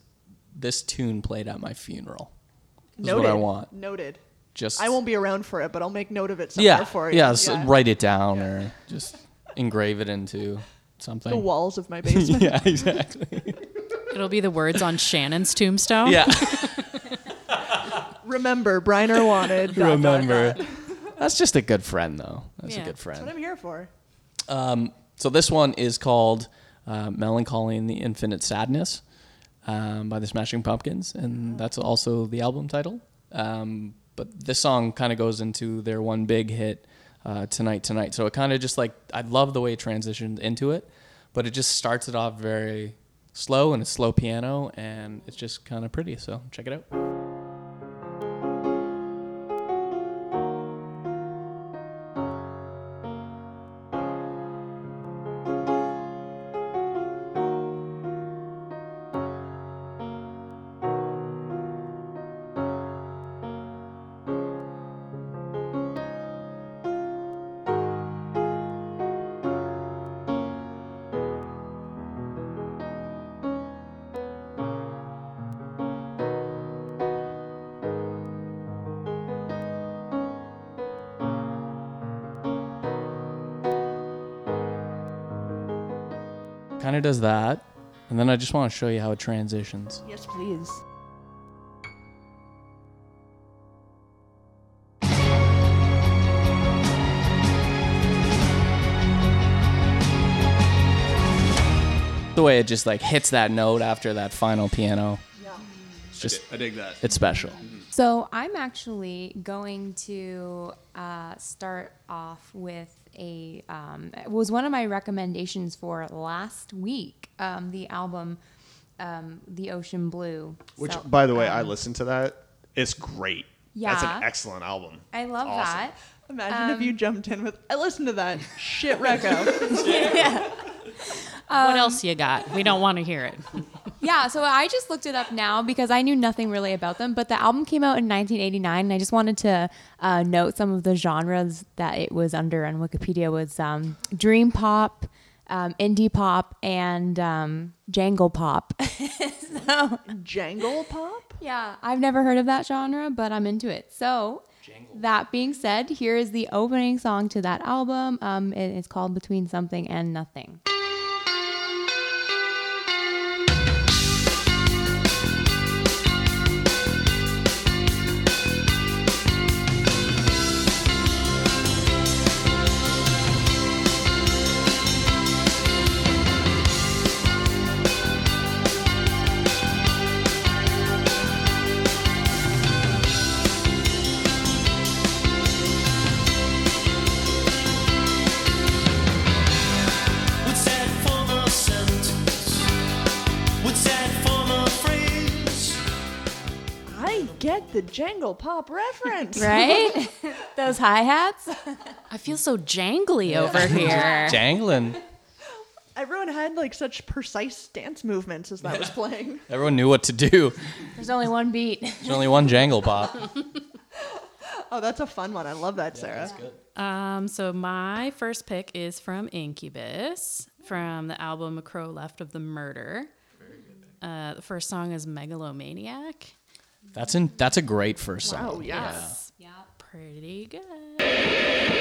S2: this tune played at my funeral. This is what I want.
S4: Noted.
S2: Just
S4: I won't be around for it, but I'll make note of it somewhere
S2: Yeah.
S4: for you.
S2: yeah. So write it down or just engrave it into something.
S4: The walls of my basement.
S2: *laughs* Yeah. Exactly.
S4: *laughs*
S7: It'll be the words on Shannon's tombstone.
S2: Yeah.
S4: *laughs* Remember, Briner wanted. dot, dot,
S2: *laughs*
S4: dot.
S2: Remember. That's just a good friend, though. That's
S7: Yeah.
S2: a good friend.
S4: That's what I'm here for.
S2: Um, So this one is called uh, "Melancholy and the Infinite Sadness" um, by the Smashing Pumpkins, and that's also the album title. Um, but this song kind of goes into their one big hit, uh, "Tonight Tonight." So it kind of just like I love the way it transitioned into it, but it just starts it off very slow and it's slow piano, and it's just kind of pretty. So check it out. Kind of does that, and then I just want to show you how it transitions.
S4: Yes, please.
S2: The way it just like hits that note after that final piano. It's just
S1: I dig that.
S2: it's special.
S3: So I'm actually going to uh, start off with a um, it was one of my recommendations for last week. Um, the album um, the ocean blue.
S1: Which,
S3: So,
S1: by the way, I
S3: um,
S1: listened to that. It's great. That's
S3: Yeah.
S1: an excellent album.
S3: I love
S1: Awesome.
S3: that.
S4: Imagine if you jumped in with, I listened to that shit reco.
S7: *laughs* what else you got? We don't want to hear it.
S3: *laughs* Yeah, so I just looked it up now because I knew nothing really about them, but the album came out in 1989, and I just wanted to uh, note some of the genres that it was under on Wikipedia was um, dream pop, um, indie pop, and um, jangle pop. *laughs* so,
S4: Jangle pop?
S3: yeah, I've never heard of that genre, but I'm into it. So, that being said, here is the opening song to that album. Um, it- it's called Between Something and Nothing.
S10: What's that former sentence? What's that former phrase?
S4: I get the jangle pop reference.
S3: *laughs*
S4: *laughs*
S3: Right? Those hi hats.
S7: I feel so
S2: *laughs*
S7: jangly over here.
S2: Jangling.
S4: Everyone had like such precise dance movements as that was playing.
S2: Everyone knew what to do.
S3: There's only one beat.
S2: There's only one jangle pop.
S4: *laughs* Oh, that's a fun one. I love that, Sarah.
S7: Um, so my first pick is from Incubus from the album A Crow Left of the Murder. Uh, the first song is Megalomaniac.
S2: That's in. That's a great first song.
S4: Oh, yes.
S7: Yeah. Pretty good.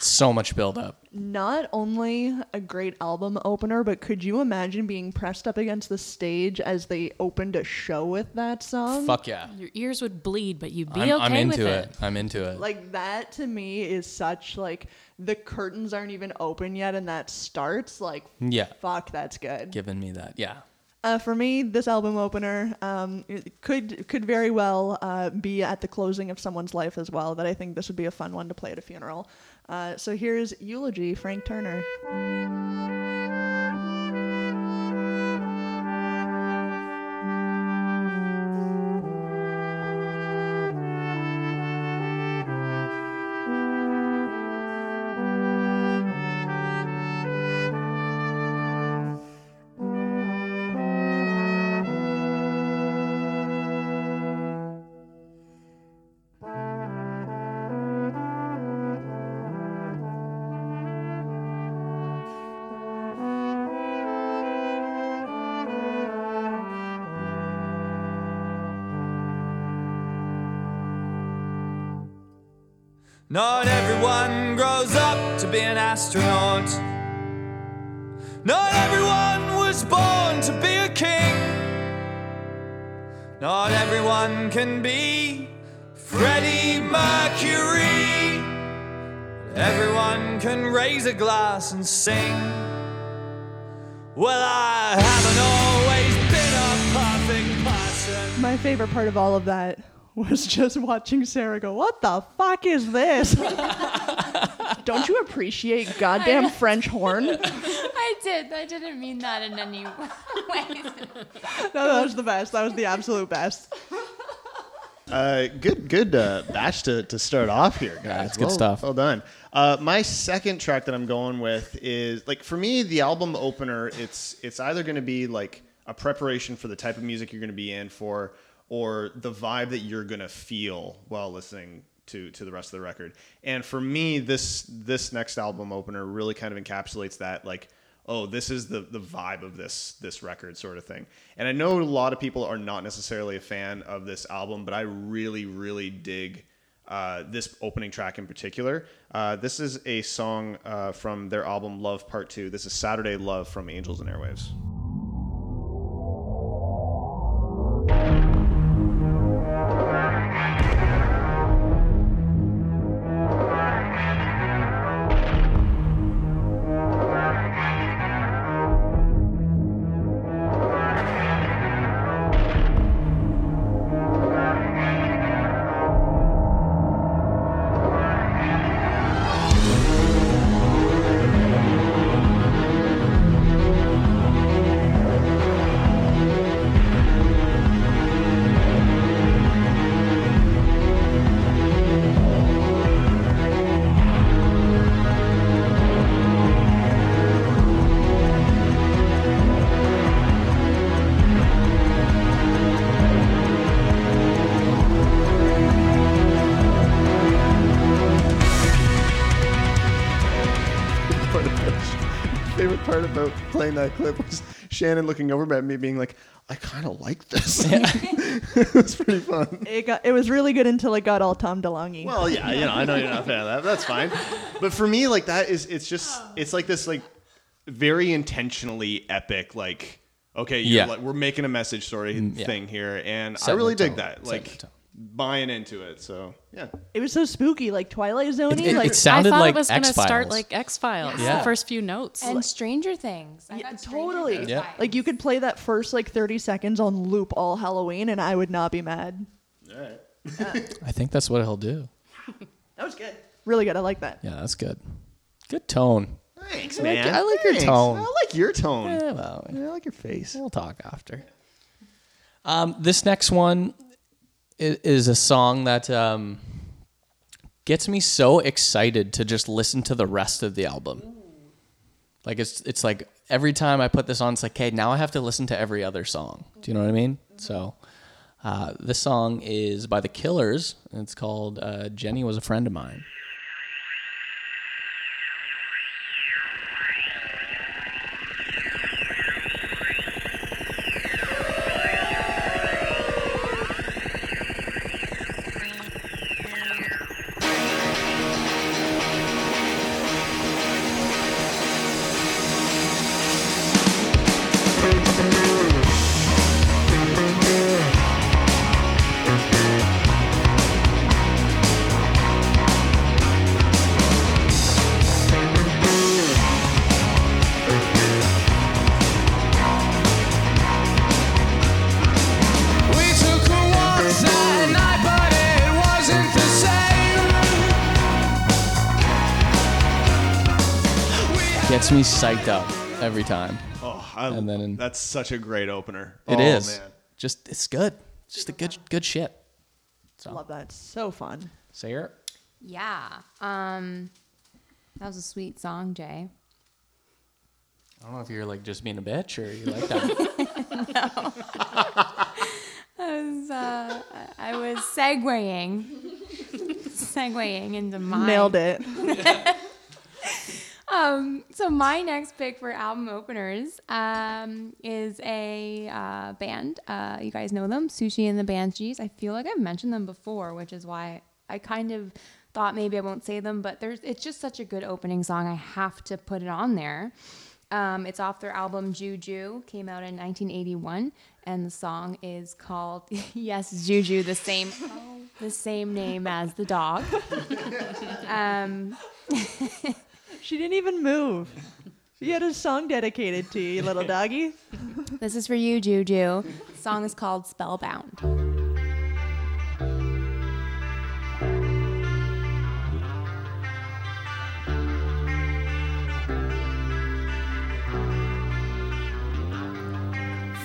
S2: So much build up.
S4: Not only a great album opener, but could you imagine being pressed up against the stage as they opened a show with that song?
S2: Fuck yeah.
S7: Your ears would bleed, but you'd Um, be
S2: I'm,
S7: okay
S2: I'm
S7: with
S2: into
S7: it.
S2: it. I'm into it.
S4: Like that to me is such like the curtains aren't even open yet and that starts like
S2: yeah.
S4: fuck that's good.
S2: Giving me that. Yeah.
S4: Uh, for me, this album opener um, it could could very well uh, be at the closing of someone's life as well. That I think this would be a fun one to play at a funeral. Uh, so here's eulogy, Frank Turner.
S5: Not everyone grows up to be an astronaut. Not everyone was born to be a king. Not everyone can be Freddie Mercury. Everyone can raise a glass and sing. Well, I haven't always been a perfect person.
S4: My favorite part of all of that was *laughs* just watching Sarah go, "What the fuck is this?" Don't you appreciate goddamn French horn? No,
S3: *laughs* I did. I didn't mean that in any *laughs* way.
S4: that was the best. That was the absolute
S7: *laughs*
S4: best.
S1: Uh, good, good uh, batch to, to start off here, guys.
S2: it's good
S1: Well-
S2: stuff.
S1: Well done. Uh, my second track that I'm going with is like for me the album opener. It's it's either going to be like a preparation for the type of music you're going to be in for, or the vibe that you're gonna feel while listening to to the rest of the record. And for me, this this next album opener really kind of encapsulates that like oh this is the the vibe of this this record sort of thing and i know a lot of people are not necessarily a fan of this album but i really really dig uh, this opening track in particular uh, this is a song uh, from their album love part two this is saturday love from angels and airwaves part about, *laughs* favorite part about playing that clip was Shannon looking over at me being like, I kind of like this. *laughs* it's pretty fun.
S4: It got it was really good until it got all Tom DeLonge.
S1: Well, yeah, you know, I know you're not a fan of that. But that's fine. But for me, like that is, it's just, it's like this, like very intentionally epic, like, okay, you're
S2: Yeah. Mm,
S1: like, we're making a message story
S2: yeah.
S1: thing here. And I
S2: Setting
S1: really
S2: the
S1: dig
S2: tone,
S1: that.
S2: setting the
S1: Like,
S2: tone.
S1: buying into it. So, yeah.
S4: it was so spooky, like Twilight Zone.
S2: It- it-
S4: like
S2: it sounded
S7: I thought
S2: like
S7: it was
S2: X
S7: gonna
S2: Files.
S7: start like X Files.
S2: Yeah.
S7: The first few notes.
S3: And Stranger Things. I
S4: Yeah,
S3: got Stranger
S4: totally.
S3: Things
S2: Yeah.
S3: vibes.
S4: Like you could play that first like 30 seconds on loop all Halloween and I would not be mad.
S1: All right.
S2: I think that's what he'll do.
S4: That was good. Really good. I like that.
S2: Yeah, that's good. Good tone.
S1: Thanks,
S2: like-
S1: man.
S2: I like your tone.
S1: I like your tone.
S2: Eh, well,
S1: I like your face.
S2: We'll talk after. Um, this next one i- is a song that um, gets me so excited to just listen to the rest of the album. Like it's it's like every time I put this on, it's like, hey, now I have to listen to every other song. Do you know what I mean? So uh, this song is by the Killers, and it's called uh, "Jenny Was a Friend of Mine."
S5: We took a walk that night, but it wasn't the same.
S2: Gets me psyched up every time.
S1: Oh, I,
S2: And then-
S1: that's such a great opener.
S2: It is
S1: oh,
S2: just it's good, just a good good shit.
S4: Love that. So fun.
S2: Sayer.
S3: Yeah. Um, that was a sweet song, Jay.
S2: I don't know if you're like just being a bitch or you like that.
S3: *laughs* I was, uh, I was segueing, segueing into mine.
S4: Nailed it.
S3: *laughs* Um, so my next pick for album openers um, is a uh, band. Uh, you guys know them, Sushi and the Banshees. I feel like I've mentioned them before, which is why I kind of thought maybe I won't say them. But there's, it's just such a good opening song. I have to put it on there. Um, it's off their album Juju, came out in 1981, and the song is called *laughs* Yes Juju, the same, the same name as the dog. Um, *laughs*
S4: She didn't even move. You had a song dedicated to you, little doggy.
S3: *laughs* This is for you, Juju. The song is called Spellbound.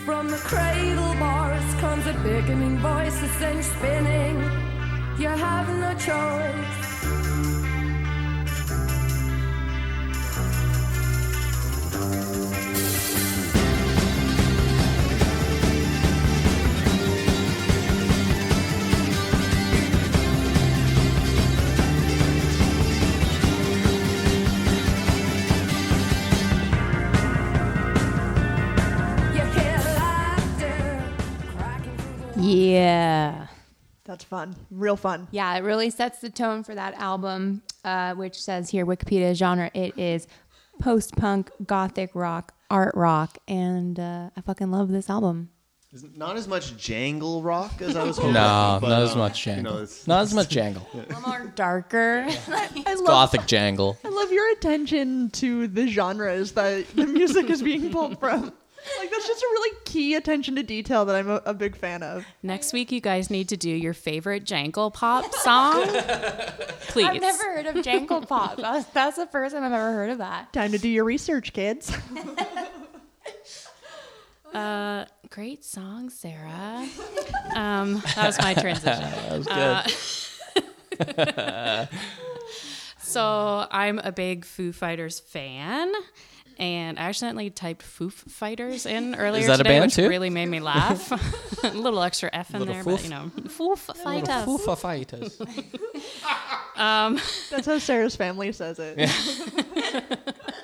S11: From the cradle bars comes a beckoning voice, a thing spinning. You have no choice.
S4: it's fun, real fun.
S6: Yeah, it really sets the tone for that album, uh, which says here Wikipedia genre it is post punk, gothic rock, art rock, and uh, I fucking love this album.
S1: It's Not as much jangle rock as I was hoping.
S2: *laughs* No,
S1: but,
S2: not as
S1: um,
S2: much
S1: You know,
S2: jangle.
S1: it's-
S2: Not as
S1: *laughs*
S2: much jangle.
S6: More darker.
S4: *laughs* I love,
S2: Gothic jangle.
S4: I love your attention to the genres that the music is
S7: *laughs*
S4: being pulled from. Like that's just a really key attention to detail that I'm a, a big fan of.
S7: Next week, you guys need to do your favorite jangle pop
S2: *laughs*
S7: song. Please.
S6: I've never heard of Jangle Pop. *laughs* That's, that's the first time I've ever heard of *laughs* that.
S4: Time to do your research, kids.
S7: Uh, great song, Sarah. Um, that was my transition. that was good. *laughs* so I'm a big Foo Fighters fan, and I accidentally typed Foo Fighters in earlier
S2: that a
S7: today,
S2: band
S7: which
S2: too?
S7: really made me laugh. *laughs* a little extra F in
S2: Little
S7: there,
S2: foof.
S7: but you know, Foo Fighters.
S2: Foo
S7: *laughs*
S2: fighters.
S4: That's how Sarah's family says it.
S7: *laughs*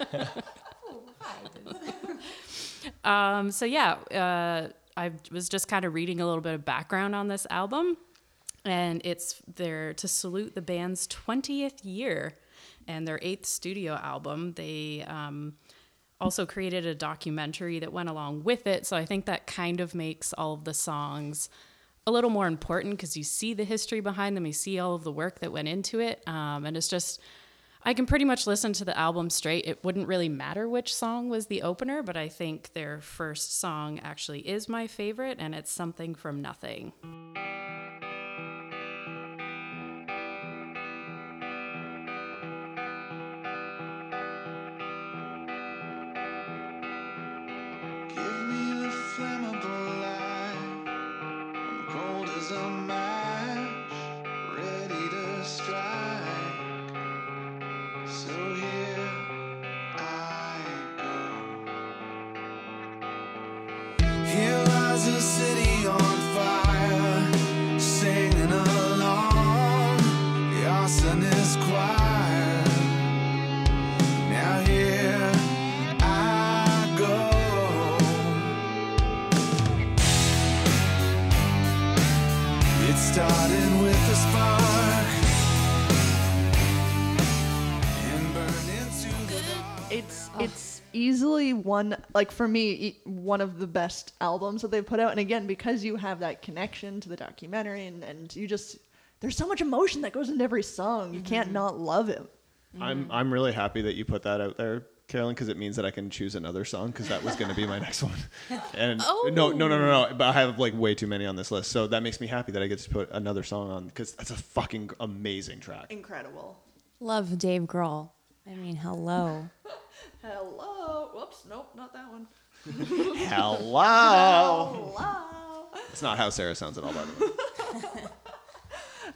S7: Um, so yeah, uh, I was just kind of reading a little bit of background on this album, and it's there to salute the band's 20th year and their eighth studio album. They um, also created a documentary that went along with it, so I think that kind of makes all of the songs a little more important because you see the history behind them, you see all of the work that went into it, um, and it's just. I can pretty much listen to the album straight. It wouldn't really matter which song was the opener, but I think their first song actually is my favorite, and it's Something from Nothing.
S10: Give me the flammable light. I'm cold as a match, ready to strike. So here I go. Here lies a city on fire, singing along. The arson is quiet. Now here I go. It started with a spark and burned into the dark.
S4: It's it's easily one like for me e- one of the best albums that they've put out. And again, because you have that connection to the documentary and and you just there's so much emotion that goes into every song. You can't not love it.
S1: I'm I'm really happy that you put that out there, Carolyn, because it means that I can choose another song because that was going to be my *laughs* next one. And no, no, no, no, no. But I have like way too many on this list, so that makes me happy that I get to put another song on because that's a fucking amazing track.
S4: Incredible.
S3: Love Dave Grohl. I mean, hello.
S4: Hello. Whoops. Nope. Not that one.
S1: Hello.
S4: Hello.
S1: It's not how Sarah sounds at all, by the way.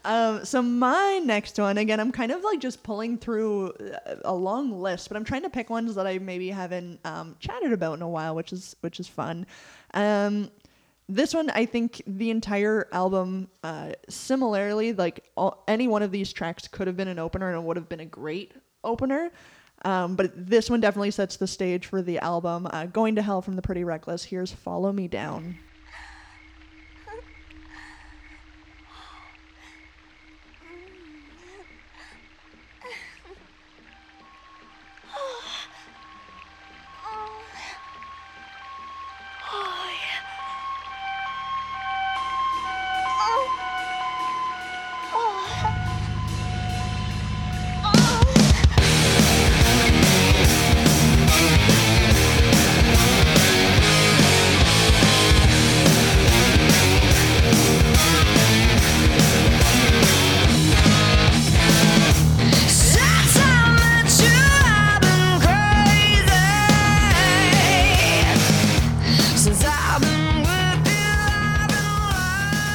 S4: Um, so my next one, again, I'm kind of like just pulling through uh, a long list, but I'm trying to pick ones that I maybe haven't um, chatted about in a while, which is which is fun. Um, this one, I think the entire album, uh, similarly, like all, any one of these tracks could have been an opener and it would have been a great opener. Um, but this one definitely sets the stage for the album. Uh, Going to Hell from the Pretty Reckless. Here's Follow Me Down.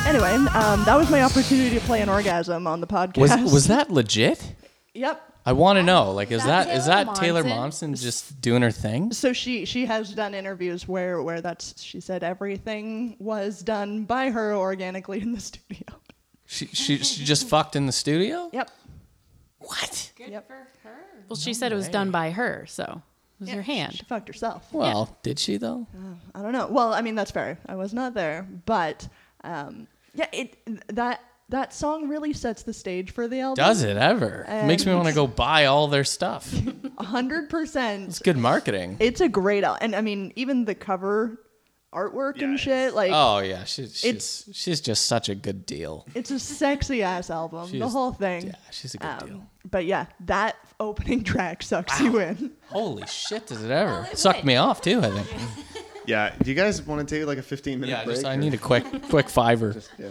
S4: Anyway, um, that was my opportunity to play an orgasm on the podcast.
S2: Was was that legit?
S4: Yep.
S2: I want to know. Like, is
S3: Is
S2: that
S3: that
S2: is
S3: Taylor
S2: that Taylor
S3: Momsen?
S2: Momsen just doing her thing?
S4: so she she has done interviews where where that's she said everything was done by her organically in the studio.
S2: She she
S1: *laughs*
S2: she just fucked in the studio.
S4: Yep.
S2: What?
S7: Well, she said it was done by her, so it was her hand.
S4: She fucked herself.
S2: Well, did she though?
S4: I don't know. Well, I mean that's fair. I was not there, but um, yeah, it that that song really sets the stage for the album.
S2: Does it ever?
S1: uh,
S2: Makes me want to go buy all their stuff.
S1: *laughs*
S4: Hundred percent.
S2: It's good marketing.
S4: It's a great album, and I mean, even the cover artwork and shit. Like,
S2: Oh yeah, she's
S4: It's-
S2: she's, she's just such a good deal.
S4: it's a sexy ass album.
S2: She
S4: the
S2: is-
S4: whole thing.
S2: Yeah, she's a good
S4: Um,
S2: deal.
S4: But yeah, that opening *laughs* track sucks you in.
S2: *laughs* Holy shit, does it ever? Sucked me off too. I think.
S1: Yeah. Do you guys want to take like a 15 minute
S2: Yeah,
S1: break?
S2: just I
S1: or-
S2: need
S1: *laughs*
S2: a quick quick fiver.
S1: Yeah.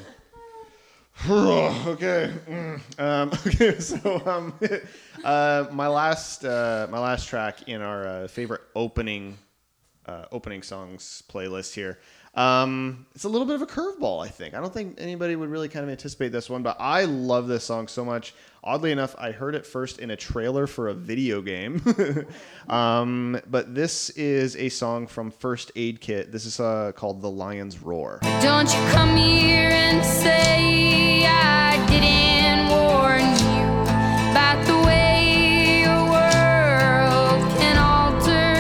S1: *sighs* okay. Mm. Um, *laughs* okay. So um, *laughs* uh, my last uh, my last track in our uh, favorite opening uh, opening songs playlist here. Um, it's a little bit of a curveball, I think. I don't think anybody would really kind of anticipate this one, but I love this song so much. Oddly enough, I heard it first in a trailer for a video game. *laughs* um, but this is a song from First Aid Kit. This is uh, called "The Lion's Roar."
S12: Don't you come here and say I didn't warn you about the way your world can alter.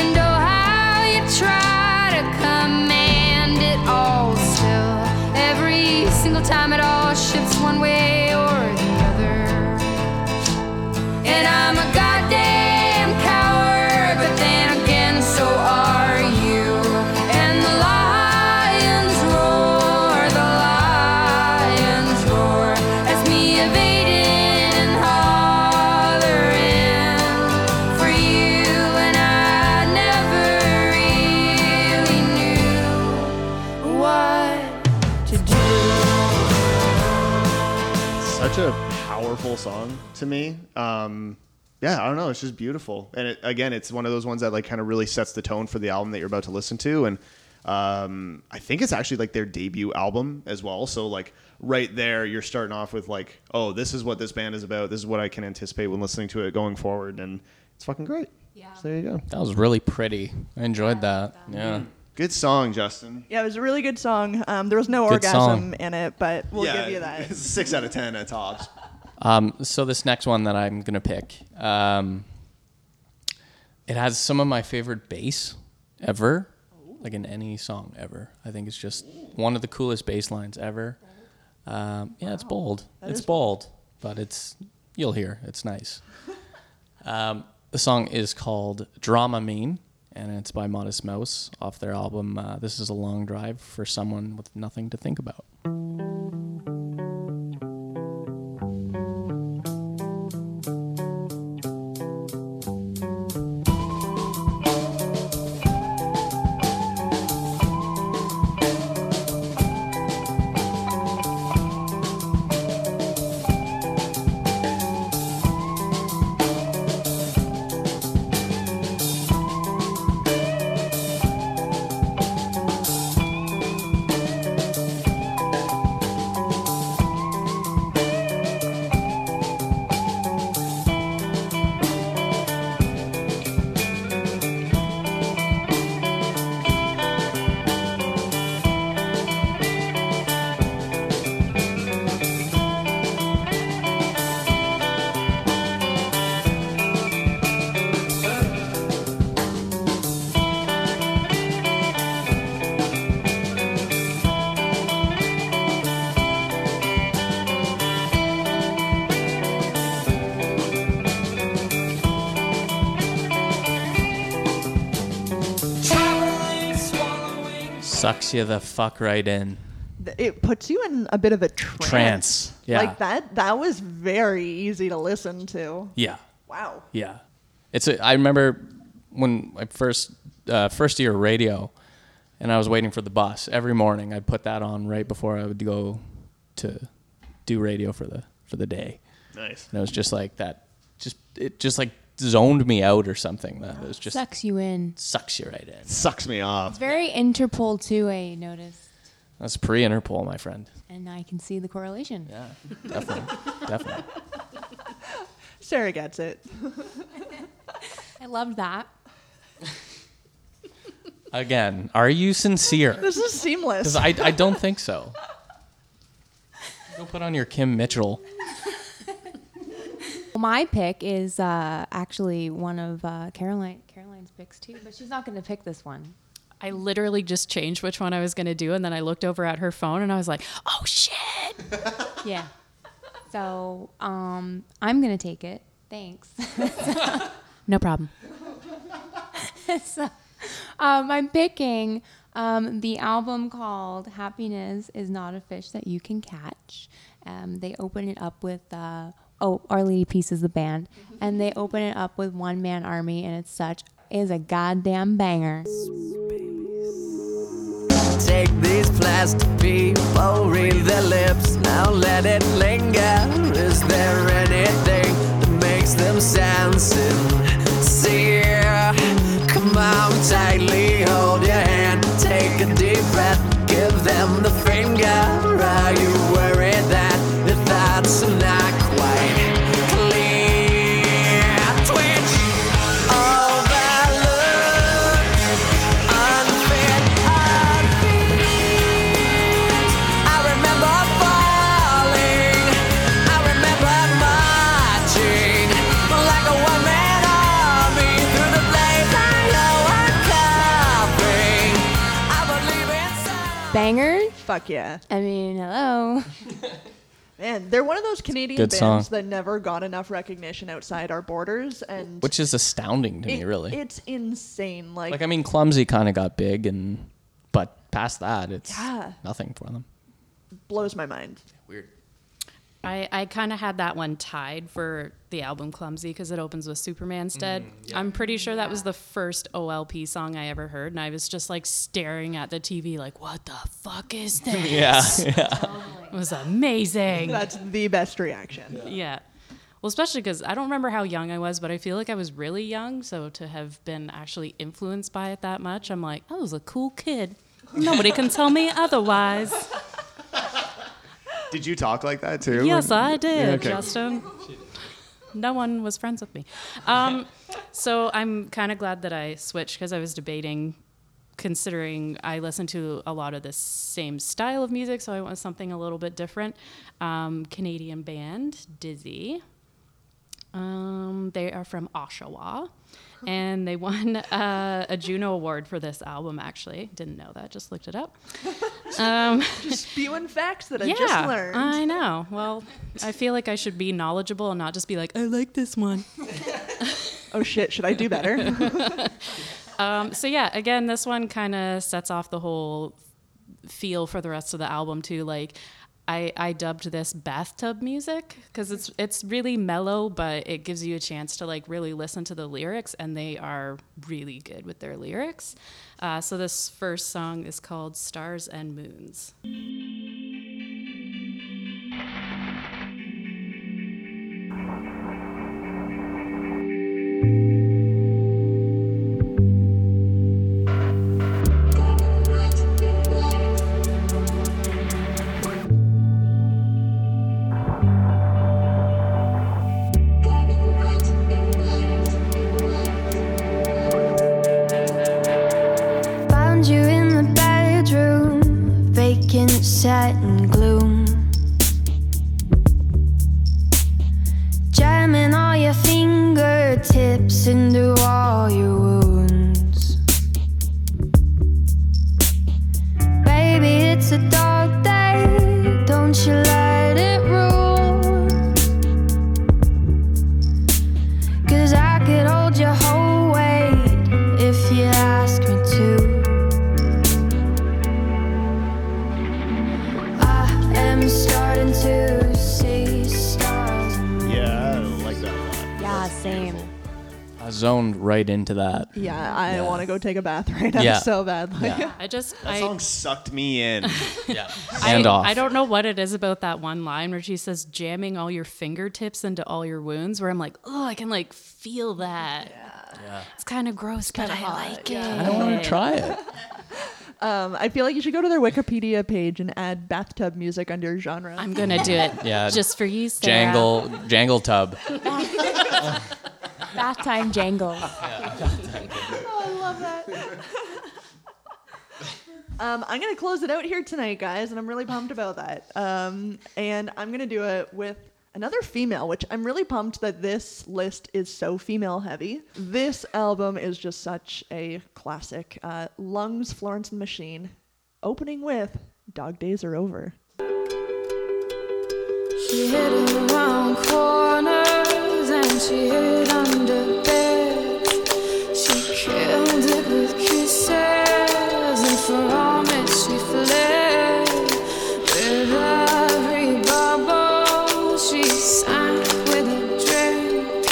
S12: And oh, how you try to command it all still. Every single time it all shifts one way or the other. And I'm a goddamn coward, but then again, so are you. And the lions roar, the lions roar, as me evading and hollering for you. And I never really knew what to do.
S1: such a powerful song to me. Um, yeah, I don't know. It's just beautiful, and it, again, it's one of those ones that like kind of really sets the tone for the album that you're about to listen to. And um, I think it's actually like their debut album as well. So like right there, you're starting off with like, oh, this is what this band is about. This is what I can anticipate when listening to it going forward, and it's fucking great. Yeah. So there you go.
S2: That was really pretty. I enjoyed that. Yeah.
S1: Good song, Justin.
S4: Yeah, it was a really good song. Um, there was no
S2: Good
S4: orgasm
S2: song.
S4: in it, but we'll
S1: yeah,
S4: give you
S1: It's
S4: that.
S1: a *laughs*
S4: *laughs*
S1: six out of ten at tops.
S2: Um, so this next one that I'm gonna pick, um, it has some of my favorite bass ever, like in any song ever. I think it's just one of the coolest bass lines ever. Um, yeah, it's bold. it's bold, but it's you'll hear. It's nice. um, the song is called "Drama Mean" and it's by Modest Mouse off their album. Uh, this is a long drive for someone with nothing to think about. Sucks you the fuck right in.
S4: It puts you in a bit of a trance.
S2: Trance. Yeah.
S4: Like that. That was very easy to listen to.
S2: Yeah.
S4: Wow.
S2: Yeah. It's a, I remember when I first uh, first year of radio and I was waiting for the bus every morning. I'd put that on right before I would go to do radio for the for the day.
S1: Nice.
S2: And it was just like that just it just like zoned me out or something. That it was just Oh.
S3: Sucks you in.
S2: sucks you right in.
S1: Sucks me off.
S3: It's very Interpol 2A notice,
S2: That's pre Interpol, my friend.
S3: and I can see the correlation.
S2: Yeah. Definitely.
S4: *laughs*
S2: definitely.
S4: Sarah gets it.
S3: *laughs* I loved that.
S2: Again, are you sincere?
S4: This is seamless.
S2: Because I, I don't think so. Go put on your Kim Mitchell.
S3: My pick is uh, actually one of uh, Caroline Caroline's picks too, but she's not going to pick this one.
S7: I literally just changed which one I was going to do. And then I looked over at her phone and I was like, oh shit.
S12: *laughs*
S3: Yeah. So um, I'm gonna take it. Thanks.
S12: *laughs*
S3: *laughs*
S12: No problem.
S3: um, I'm picking um, the album called "Happiness Is Not a Fish That You Can Catch." Um, they open it up with uh, oh, Our Lady Peace is the band, and they open it up with "One Man Army," and it's such is a goddamn banger.
S5: Take these plastic people, read their lips. Now let it linger. Is there anything that makes them sound sincere? Come on, tightly hold your hand. Take a deep breath, give them the finger. Are you worried that the thoughts are not quite clear? Twitch, overlook. Unfit, unfit. I remember falling. I remember marching like a one-man army through the blaze I know I'm covering. I believe it's.
S3: Banger.
S4: Fuck yeah.
S3: I mean, *laughs* hello.
S4: Man, they're one of those Canadian
S2: Good
S4: bands
S2: song.
S4: that never got enough recognition outside our borders, and
S2: which is astounding to me,
S4: it-
S2: really.
S4: it's insane. Like,
S2: like I mean, clumsy kind of got big, and but past that, it's
S4: Yeah.
S2: nothing for them.
S4: blows my mind.
S2: Weird.
S7: I, I kind of had that one tied for the album Clumsy because it opens with Superman's Dead.
S2: Mm,
S7: I'm pretty sure that was the first OLP song I ever heard. And I was just like staring at the TV, like, what the fuck is this?
S2: *laughs* Yeah.
S7: It was amazing.
S4: That's the best reaction.
S7: *laughs* yeah. Well, especially because I don't remember how young I was, but I feel like I was really young. So to have been actually influenced by it that much, I'm like, I was a cool kid. Nobody can tell me otherwise.
S1: Did you talk like that too?
S7: Yes, I did,
S1: okay.
S7: Justin. No one was friends with me.
S4: *laughs*
S7: Um, so I'm kind of glad that I switched because I was debating, considering I listen to a lot of the same style of music, so I want something a little bit different. Um, Canadian band, Dizzy. Um, they are from Oshawa,
S4: Hmm.
S7: and they won *laughs* uh, a Juno Award for this album. Actually, didn't know that. Just looked it
S4: *laughs*
S7: up. Um,
S4: Just spewing facts that I just learned.
S7: I know. Well, I feel like I should be knowledgeable and not just be like, I like this one.
S4: oh shit, should I
S7: *laughs*
S4: do better? *laughs*
S7: Um, so yeah, again, this one kind of sets off the whole feel for the rest of the album too. Like, I, I dubbed this bathtub music because it's it's really mellow, but it gives you a chance to like really listen to the lyrics, and they are really good with their lyrics. Uh, so this first song is called "Stars and Moons."
S13: Found you in the bedroom, vacant, set in gloom. Jamming all your fingertips into all your wounds. Baby, it's a dark day, don't you let it rule. Cause I could hold your whole weight if you asked me to. I am starting to see stars.
S1: Yeah, I like that a lot.
S3: Yeah, same.
S2: I zoned right into that.
S4: yeah, I want to go take a bath right now
S2: Yeah.
S4: so badly. *laughs*
S2: Yeah.
S7: I just
S1: That
S7: I,
S1: song sucked me
S7: *laughs*
S1: in.
S2: Yeah.
S7: I-
S2: Hand off.
S7: I don't know what it is about that one line where she says jamming all your fingertips into all your wounds where I'm like, oh, I can like feel that. It's kind of gross, but I like it.
S2: I don't want to try it.
S4: *laughs* Um, I feel like you should go to their Wikipedia page and add bathtub music under your genre.
S7: I'm going to do it.
S2: *laughs* Yeah.
S7: Just for you, Sarah.
S2: jangle jangle tub.
S3: Bath time jangle.
S4: Um, I'm gonna close it out here tonight, guys, and I'm really pumped about that. Um, and I'm gonna do it with a Another female, which I'm really pumped that this list is so female heavy. This album is just such a classic. Uh, Lungs, Florence and the Machine, opening with Dog Days Are Over.
S11: She hid around corners and she hid under beds. She killed it with kisses and from it she fled. With every bubble she sank with a drink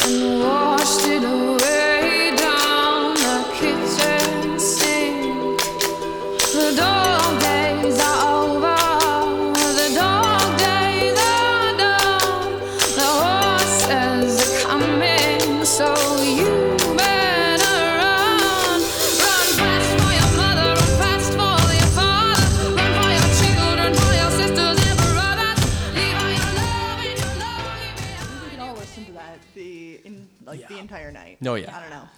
S11: and washed it away down the kitchen sink. The dog days are over. The dog days are done. The horses are coming, so you better run. Run fast for your mother, run fast for your father, run for your children, for your sisters and brothers. Leave all your love and your love.
S4: We could all listen to that the in, like the entire night.
S2: Oh, yeah.
S4: I don't know.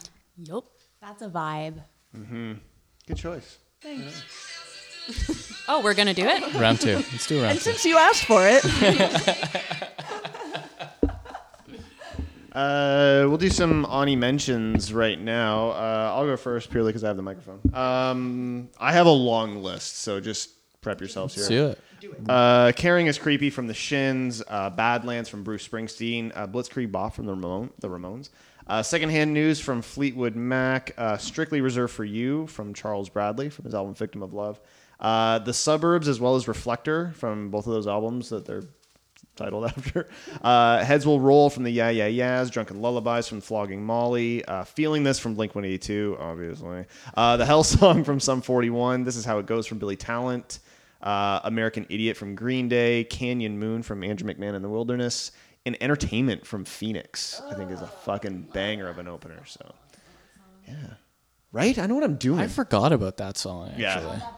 S7: Yup.
S3: That's a vibe.
S4: Mm-hmm.
S1: Good choice.
S7: Oh, we're gonna do it.
S2: Round two. Let's do round
S4: And
S2: two.
S4: since you asked for it,
S2: *laughs*
S1: Uh, we'll do some Ani mentions right now. Uh, I'll go first purely because I have the microphone. Um, I have a long list, so just prep yourselves here.
S2: Let's do it.
S1: Uh, Caring is creepy from the Shins, uh, Badlands from Bruce Springsteen, uh, Blitzkrieg Bop from the, Ramon- the Ramones, uh, Secondhand News from Fleetwood Mac, uh, Strictly Reserved for You from Charles Bradley from his album Victim of Love, uh, The Suburbs as well as Reflector from both of those albums that they're titled *laughs* after. Uh, Heads Will Roll from the Yeah Yeah Yeahs, Drunken Lullabies from Flogging Molly, uh, Feeling This from Blink 182, obviously, uh, The Hell Song from Sum 41, This Is How It Goes from Billy Talent, uh, American Idiot from Green Day, Canyon Moon from Andrew McMahon in the Wilderness, and Entertainment from Phoenix, I think is a fucking banger of an opener. So, yeah. Right? I know what I'm doing.
S2: I forgot about that song. Actually.
S1: Yeah.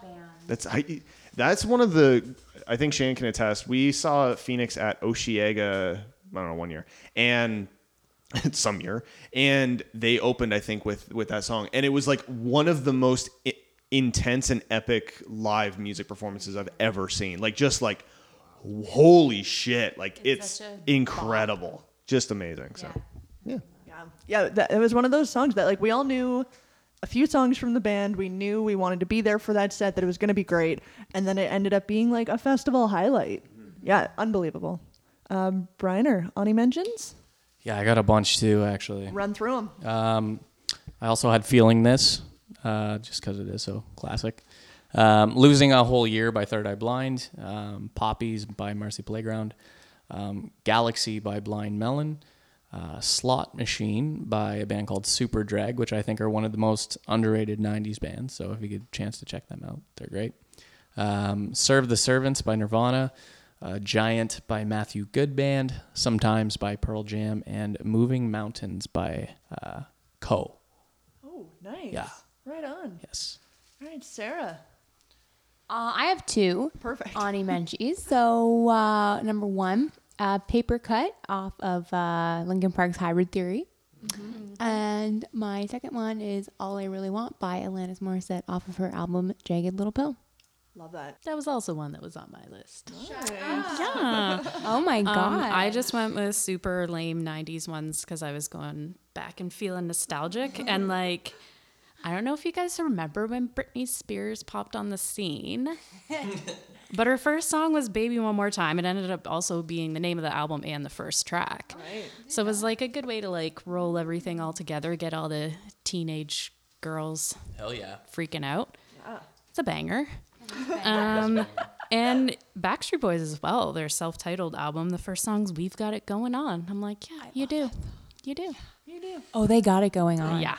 S1: That's I. That's one of the. I think Shane can attest. We saw Phoenix at Oshiega. I don't know one year and *laughs* some year, and they opened I think with with that song, and it was like one of the most I- intense and epic live music performances I've ever seen. Like just like holy shit! Like it's, incredible, just amazing. So yeah,
S4: yeah, that, it was one of those songs that like we all knew a few songs from the band. We knew we wanted to be there for that set. That it was going to be great, and then it ended up being like a festival highlight.
S2: Mm-hmm.
S4: Yeah, unbelievable. Um, Briner, Ani mentions.
S2: Yeah, I got a bunch too, actually.
S4: Run through them.
S2: Um, I also had feeling this, uh, just because it is so classic. Um, Losing a whole year by Third Eye Blind, um, Poppies by Marcy Playground, um, Galaxy by Blind Melon, uh, Slot Machine by a band called Super Drag, which I think are one of the most underrated '90s bands. So if you get a chance to check them out, they're great. Um, Serve the Servants by Nirvana, uh, Giant by Matthew Goodband, Sometimes by Pearl Jam, and Moving Mountains by uh, Co.
S4: oh, nice.
S2: yeah.
S4: Right on.
S2: Yes.
S4: All right, Sarah.
S3: Uh, I have two.
S4: Perfect.
S3: Ani Menchie's. So uh, number one, uh, paper cut off of uh, Lincoln Park's Hybrid Theory, Mm-hmm. and my second one is All I Really Want by Alanis Morissette off of her album Jagged Little Pill.
S4: *laughs* Love that.
S14: That was also one that was on my list.
S3: Oh my
S7: Um,
S3: god!
S7: I just went with super lame '90s ones because I was going back and feeling nostalgic
S4: Mm-hmm.
S7: and like. I don't know if you guys remember when Britney Spears popped on the scene, but her first song was Baby One More Time. It ended up also being the name of the album and the first track. So it was like a good way to like roll everything all together, get all the teenage girls
S2: Hell yeah.
S7: freaking out. It's a banger. Um, and Backstreet Boys as well, their self titled album, the first song's We've Got It Going On. I'm like, yeah, you do. You do.
S3: oh, they got it going on.
S7: Yeah.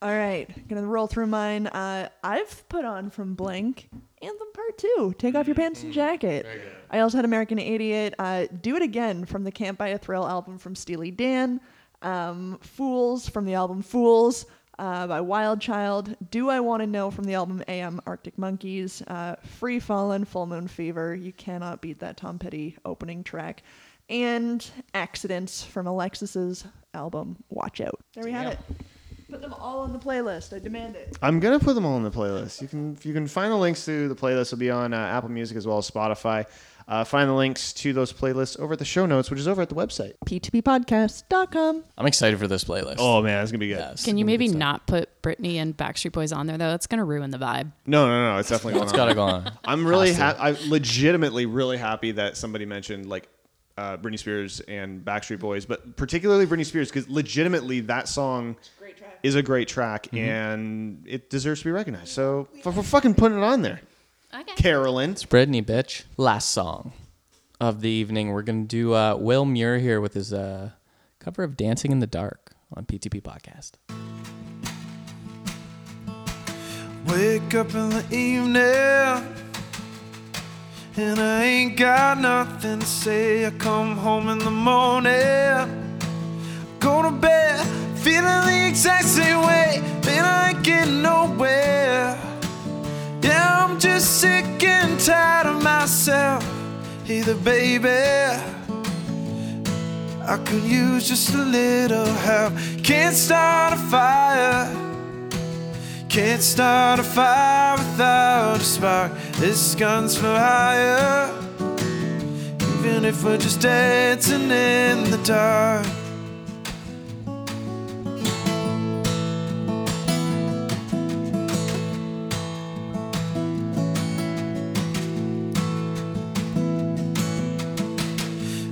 S4: All right, gonna roll through mine. Uh, I've put on from Blink Anthem Part Two. Take off your pants and jacket. I also had American Idiot. Uh, Do it again from the Can't Buy a Thrill album from Steely Dan. Um, Fools from the album Fools uh, by Wild Child. Do I Want to Know from the album AM Arctic Monkeys. Uh, Free Fallen, Full Moon Fever. You cannot beat that Tom Petty opening track. And Accidents from Alexis's album Watch Out. There we have it. Put them all on the playlist. I demand it.
S1: I'm gonna put them all in the playlist. You can you can find the links to the playlist. Will be on uh, Apple Music as well as Spotify. Uh, find the links to those playlists over at the show notes, which is over at the website.
S4: p2ppodcast.com.
S2: I'm excited for this playlist.
S1: Oh man, that's gonna be good.
S2: Yes.
S7: Can you maybe not put Britney and Backstreet Boys on there though? That's gonna ruin the vibe.
S1: No, no, no, it's definitely going
S2: It's
S1: on.
S2: gotta go on.
S1: *laughs* I'm really
S2: Has
S1: ha- I'm legitimately really happy that somebody mentioned like uh, Britney Spears and
S2: Mm-hmm.
S1: Backstreet Boys, but particularly Britney Spears because legitimately that song is a great track
S2: Mm-hmm.
S1: and it deserves to be recognized. So for, for fucking putting it on there,
S11: Okay.
S1: Carolyn.
S2: Britney, bitch. Last song of the evening. We're gonna do uh, Will Muir here with his uh, cover of "Dancing in the Dark" on PTP Podcast.
S10: Wake up in the evening and I ain't got nothing to say. I come home in the morning, go to bed, feeling the exact same way. Then I ain't getting nowhere. Yeah, I'm just sick and tired of myself. Either baby. I could use just a little help. Can't start a fire. Can't start a fire without a spark. This gun's for hire. Even if we're just dancing in the dark.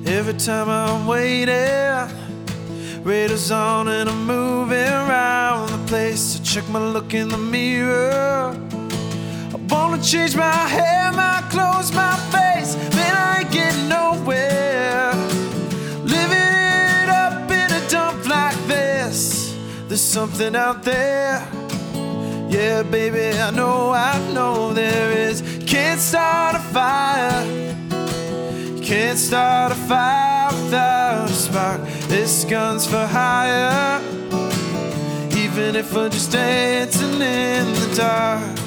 S10: Every time I'm waiting, radio's on and I'm moving around the place. I check my look in the mirror. I wanna change my hair, my clothes, my face, man, I ain't getting nowhere. Living it up in a dump like this. There's something out there. Yeah, baby, I know, I know there is. Can't start a fire. Can't start a fire without a spark. This gun's for hire. Even if we're just dancing in the dark.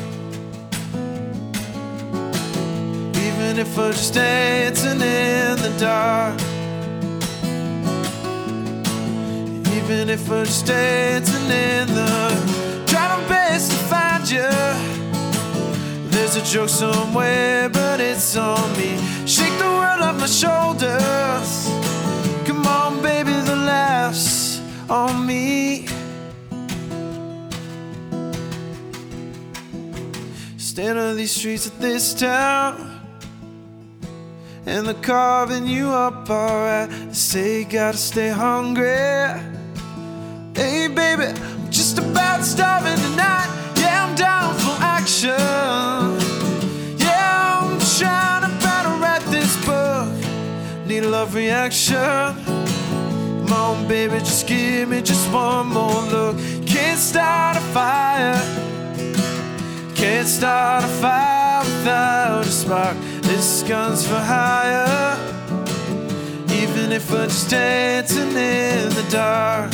S10: Even if we're just dancing in the dark. Even if we're just dancing in the Try my best to find you. There's a joke somewhere, but it's on me. Shake the world off my shoulders. Come on, baby, the laughs on me. Stand on these streets of this town. And they're carving you up alright. They say you gotta stay hungry. Hey, baby, I'm just about starving tonight. Yeah, I'm down for action. Yeah, I'm trying to battle write this book. Need a love reaction. Come on, baby, just give me just one more look. Can't start a fire. Can't start a fire without a spark. This gun's for hire. Even if we're just dancing in the dark.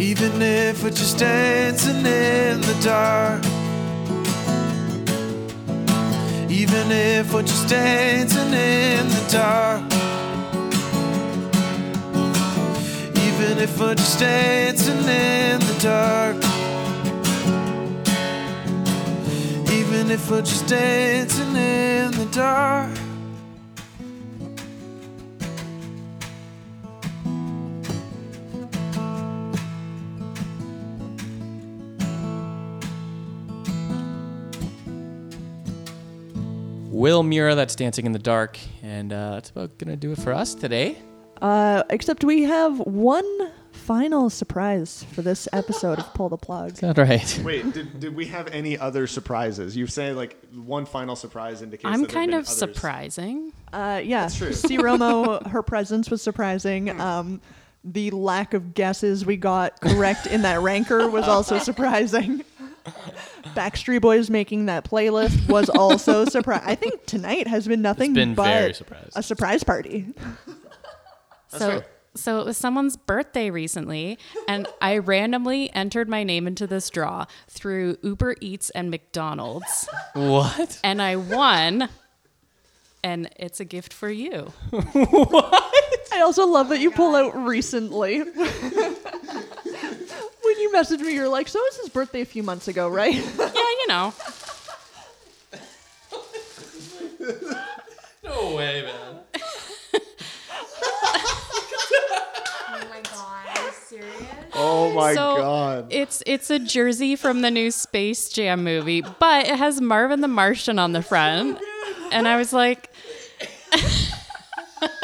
S10: Even if we're just dancing in the dark. Even if we're just dancing in the dark. Even if we're just dancing in the dark. Even if we're just dancing in the dark.
S2: Will Mura, that's "Dancing in the Dark," and uh, that's about gonna do it for us today.
S4: Uh, except we have one final surprise for this episode of Pull the Plug.
S2: All right.
S1: Wait, did, did we have any other surprises? You say like one final surprise indicates.
S7: I'm
S1: that there've
S7: kind
S1: been
S7: of
S1: others.
S7: surprising.
S4: Uh, yeah,
S1: true.
S2: *laughs*
S4: C. Romo, her presence was
S2: Hmm.
S4: surprising. Um, the lack of guesses we got correct in that ranker
S2: *laughs*
S4: was also surprising. Backstreet Boys making that playlist was also surprising. I think tonight has been nothing
S2: been
S4: but
S2: very surprising.
S4: a surprise party.
S7: So so it was someone's birthday recently, and I randomly entered my name into this draw through Uber Eats and McDonald's,
S2: What?
S7: and I won. And it's a gift for you.
S4: I also love that you pull out recently. when you messaged me, you're like, "So it was his birthday a few months ago, right?"
S7: Yeah, you know.
S2: No way, man.
S6: Oh my god, are you serious?
S7: *laughs*
S1: Oh my
S7: So,
S1: god.
S7: It's it's a jersey from the new Space Jam movie, but it has Marvin the Martian on the front. And I was like *laughs*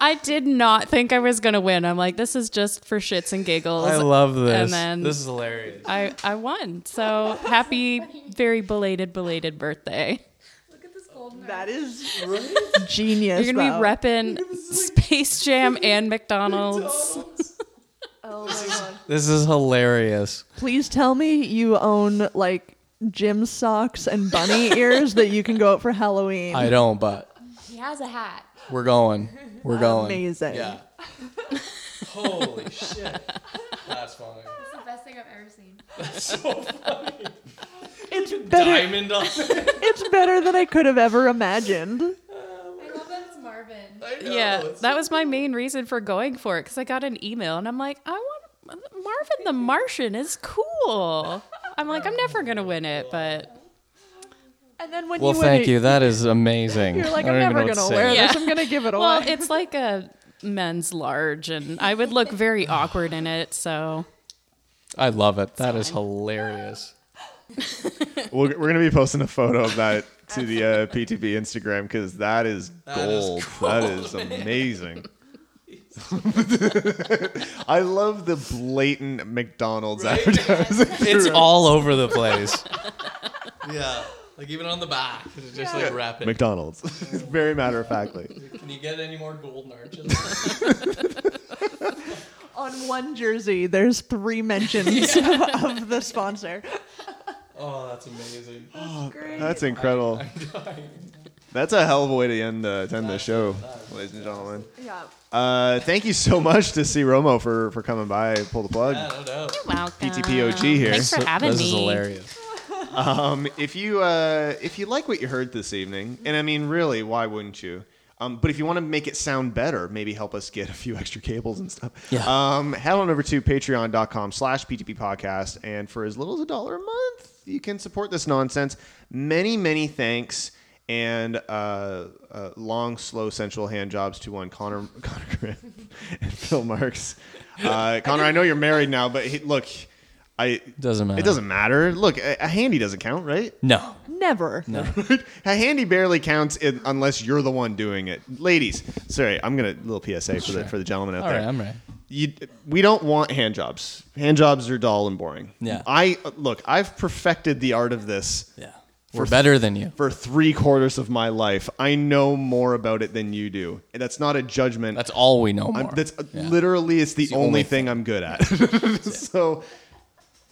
S7: I did not think I was going to win. I'm like this is just for shits and giggles.
S2: I love this.
S7: And then
S2: this is hilarious.
S7: I I won. So happy very belated belated birthday.
S4: That is genius.
S7: You're going to
S4: though.
S7: be
S1: *laughs*
S7: repping Space Jam and McDonald's.
S2: This is hilarious.
S4: Please tell me you own like gym socks and bunny ears that you can go out for Halloween.
S2: I don't, but
S6: He has a hat.
S2: we're going. We're going.
S4: Amazing.
S2: Yeah. *laughs* Holy shit. That's funny.
S6: It's the best thing I've ever seen.
S4: It's better.
S2: Diamond on
S4: It's better than I could have ever imagined.
S6: I love that it's Marvin.
S7: Yeah, that was my main reason for going for it because I got an email and I'm like, I want Marvin the Martian is cool. I'm like, I'm never gonna win it, but
S4: And then when
S2: Well,
S4: you
S2: thank
S4: win
S2: you.
S4: it, *laughs*
S2: That is amazing.
S4: you're like,
S2: I don't
S4: I'm
S2: even
S4: never
S2: know what
S4: gonna
S2: to
S4: wear
S2: say.
S4: this. I'm gonna give it away.
S7: well, it's like a men's large, and I would look very awkward in it. So
S2: I love it. That
S1: *laughs*
S2: is hilarious.
S1: We're, we're going to be posting a photo of that to the uh, PTP Instagram because that is gold. that is amazing. *laughs* I love the blatant McDonald's advertising.
S2: It's all over the place. yeah. Like even on the back, it's just like
S1: *laughs*
S2: rapid.
S1: McDonald's, *laughs* very matter of factly.
S2: Can you get any more
S1: *laughs*
S2: golden arches?
S4: on one jersey, there's three *laughs* mentions of the sponsor.
S2: oh, that's amazing.
S1: Oh, That's incredible.
S2: *laughs*
S1: That's a hell of a way to end the end the show, ladies and gentlemen.
S4: Yeah.
S1: Uh, thank you so much to C Romo for for coming by. Pull the plug.
S2: I don't know.
S7: welcome.
S1: PTPOG here.
S7: Thanks for having
S2: this
S7: me.
S2: is hilarious.
S1: Um, if you uh, if you like what you heard this evening, and I mean, really, why wouldn't you? Um, but if you want to make it sound better, maybe help us get a few *laughs* extra cables and stuff.
S2: Yeah.
S1: Um, head on over to patreon.com slash PTP podcast. And for as little as a dollar a month, you can support this nonsense. Many, many thanks and uh, uh, long, slow, sensual hand jobs to one Connor, *laughs* Connor Grimm and Phil Marks. Uh, Connor, I know you're married now, but he, look, I
S2: Doesn't matter.
S1: it doesn't matter. Look, a, a handy doesn't count, right?
S2: No.
S4: Never.
S1: a handy barely counts in, unless you're the one doing it. Ladies, sorry, I'm gonna little PSA for the for the gentlemen out
S2: All
S1: there.
S2: right, I'm right.
S1: You, we don't want hand jobs. Hand jobs are dull and boring.
S2: Yeah.
S1: I look. I've perfected the art of this
S2: Yeah. We're better than you.
S1: for three quarters of my life. I know more about it than you do. And that's not a judgment.
S2: That's all we know
S1: I'm-
S2: more.
S1: that's literally it's the,
S2: the
S1: only,
S2: only
S1: thing, I'm good at.
S2: *laughs*
S1: *laughs* so.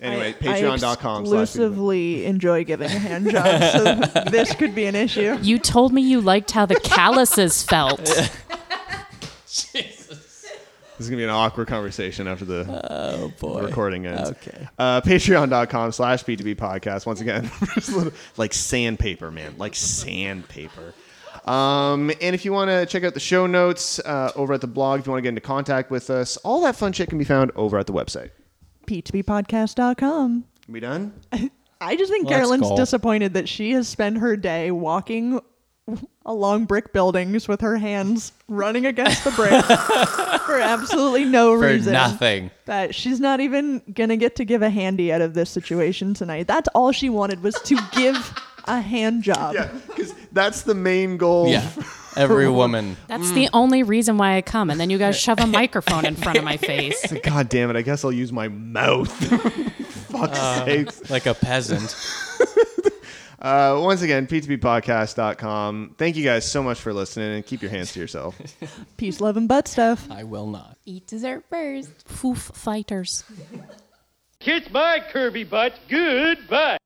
S1: Anyway, patreon.com
S4: I
S1: slash
S4: exclusively enjoy giving a hand job,
S1: *laughs*
S4: so this could be an issue.
S7: You told me you liked how the calluses felt.
S1: This is gonna be an awkward conversation after the
S2: Oh, boy.
S1: recording ends.
S2: Okay.
S1: Uh, Patreon.com slash B2B podcast. Once again, *laughs* it's a little- like sandpaper, man. Like sandpaper. Um, and if you want to check out the show notes uh, over at the blog, if you want to get into contact with us, all that fun shit can be found over at the website.
S4: P2Ppodcast.com.
S1: We done?
S4: I just think
S2: Let's
S4: Carolyn's
S2: go.
S4: disappointed that she has spent her day walking along brick buildings with her hands running against
S2: *laughs*
S4: the brick for absolutely no
S2: For
S4: reason.
S2: nothing.
S4: That she's not even gonna get to give a handy out of this situation tonight. That's all she wanted was to give a hand job.
S1: Yeah, because that's the main goal. *laughs*
S2: Yeah. *laughs* Every woman.
S7: That's the only reason why I come. And then you guys shove a microphone in front of my face.
S1: God damn it! I guess I'll use my mouth. *laughs* Fuck's sakes.
S2: Uh, Like a peasant.
S1: *laughs* Uh, once again, p2ppodcast.com. Thank you guys so much for listening and keep your hands to yourself.
S4: Peace, love, and butt stuff.
S2: I will not.
S3: Eat dessert first.
S7: Poof fighters.
S15: Kiss my Kirby butt. Goodbye.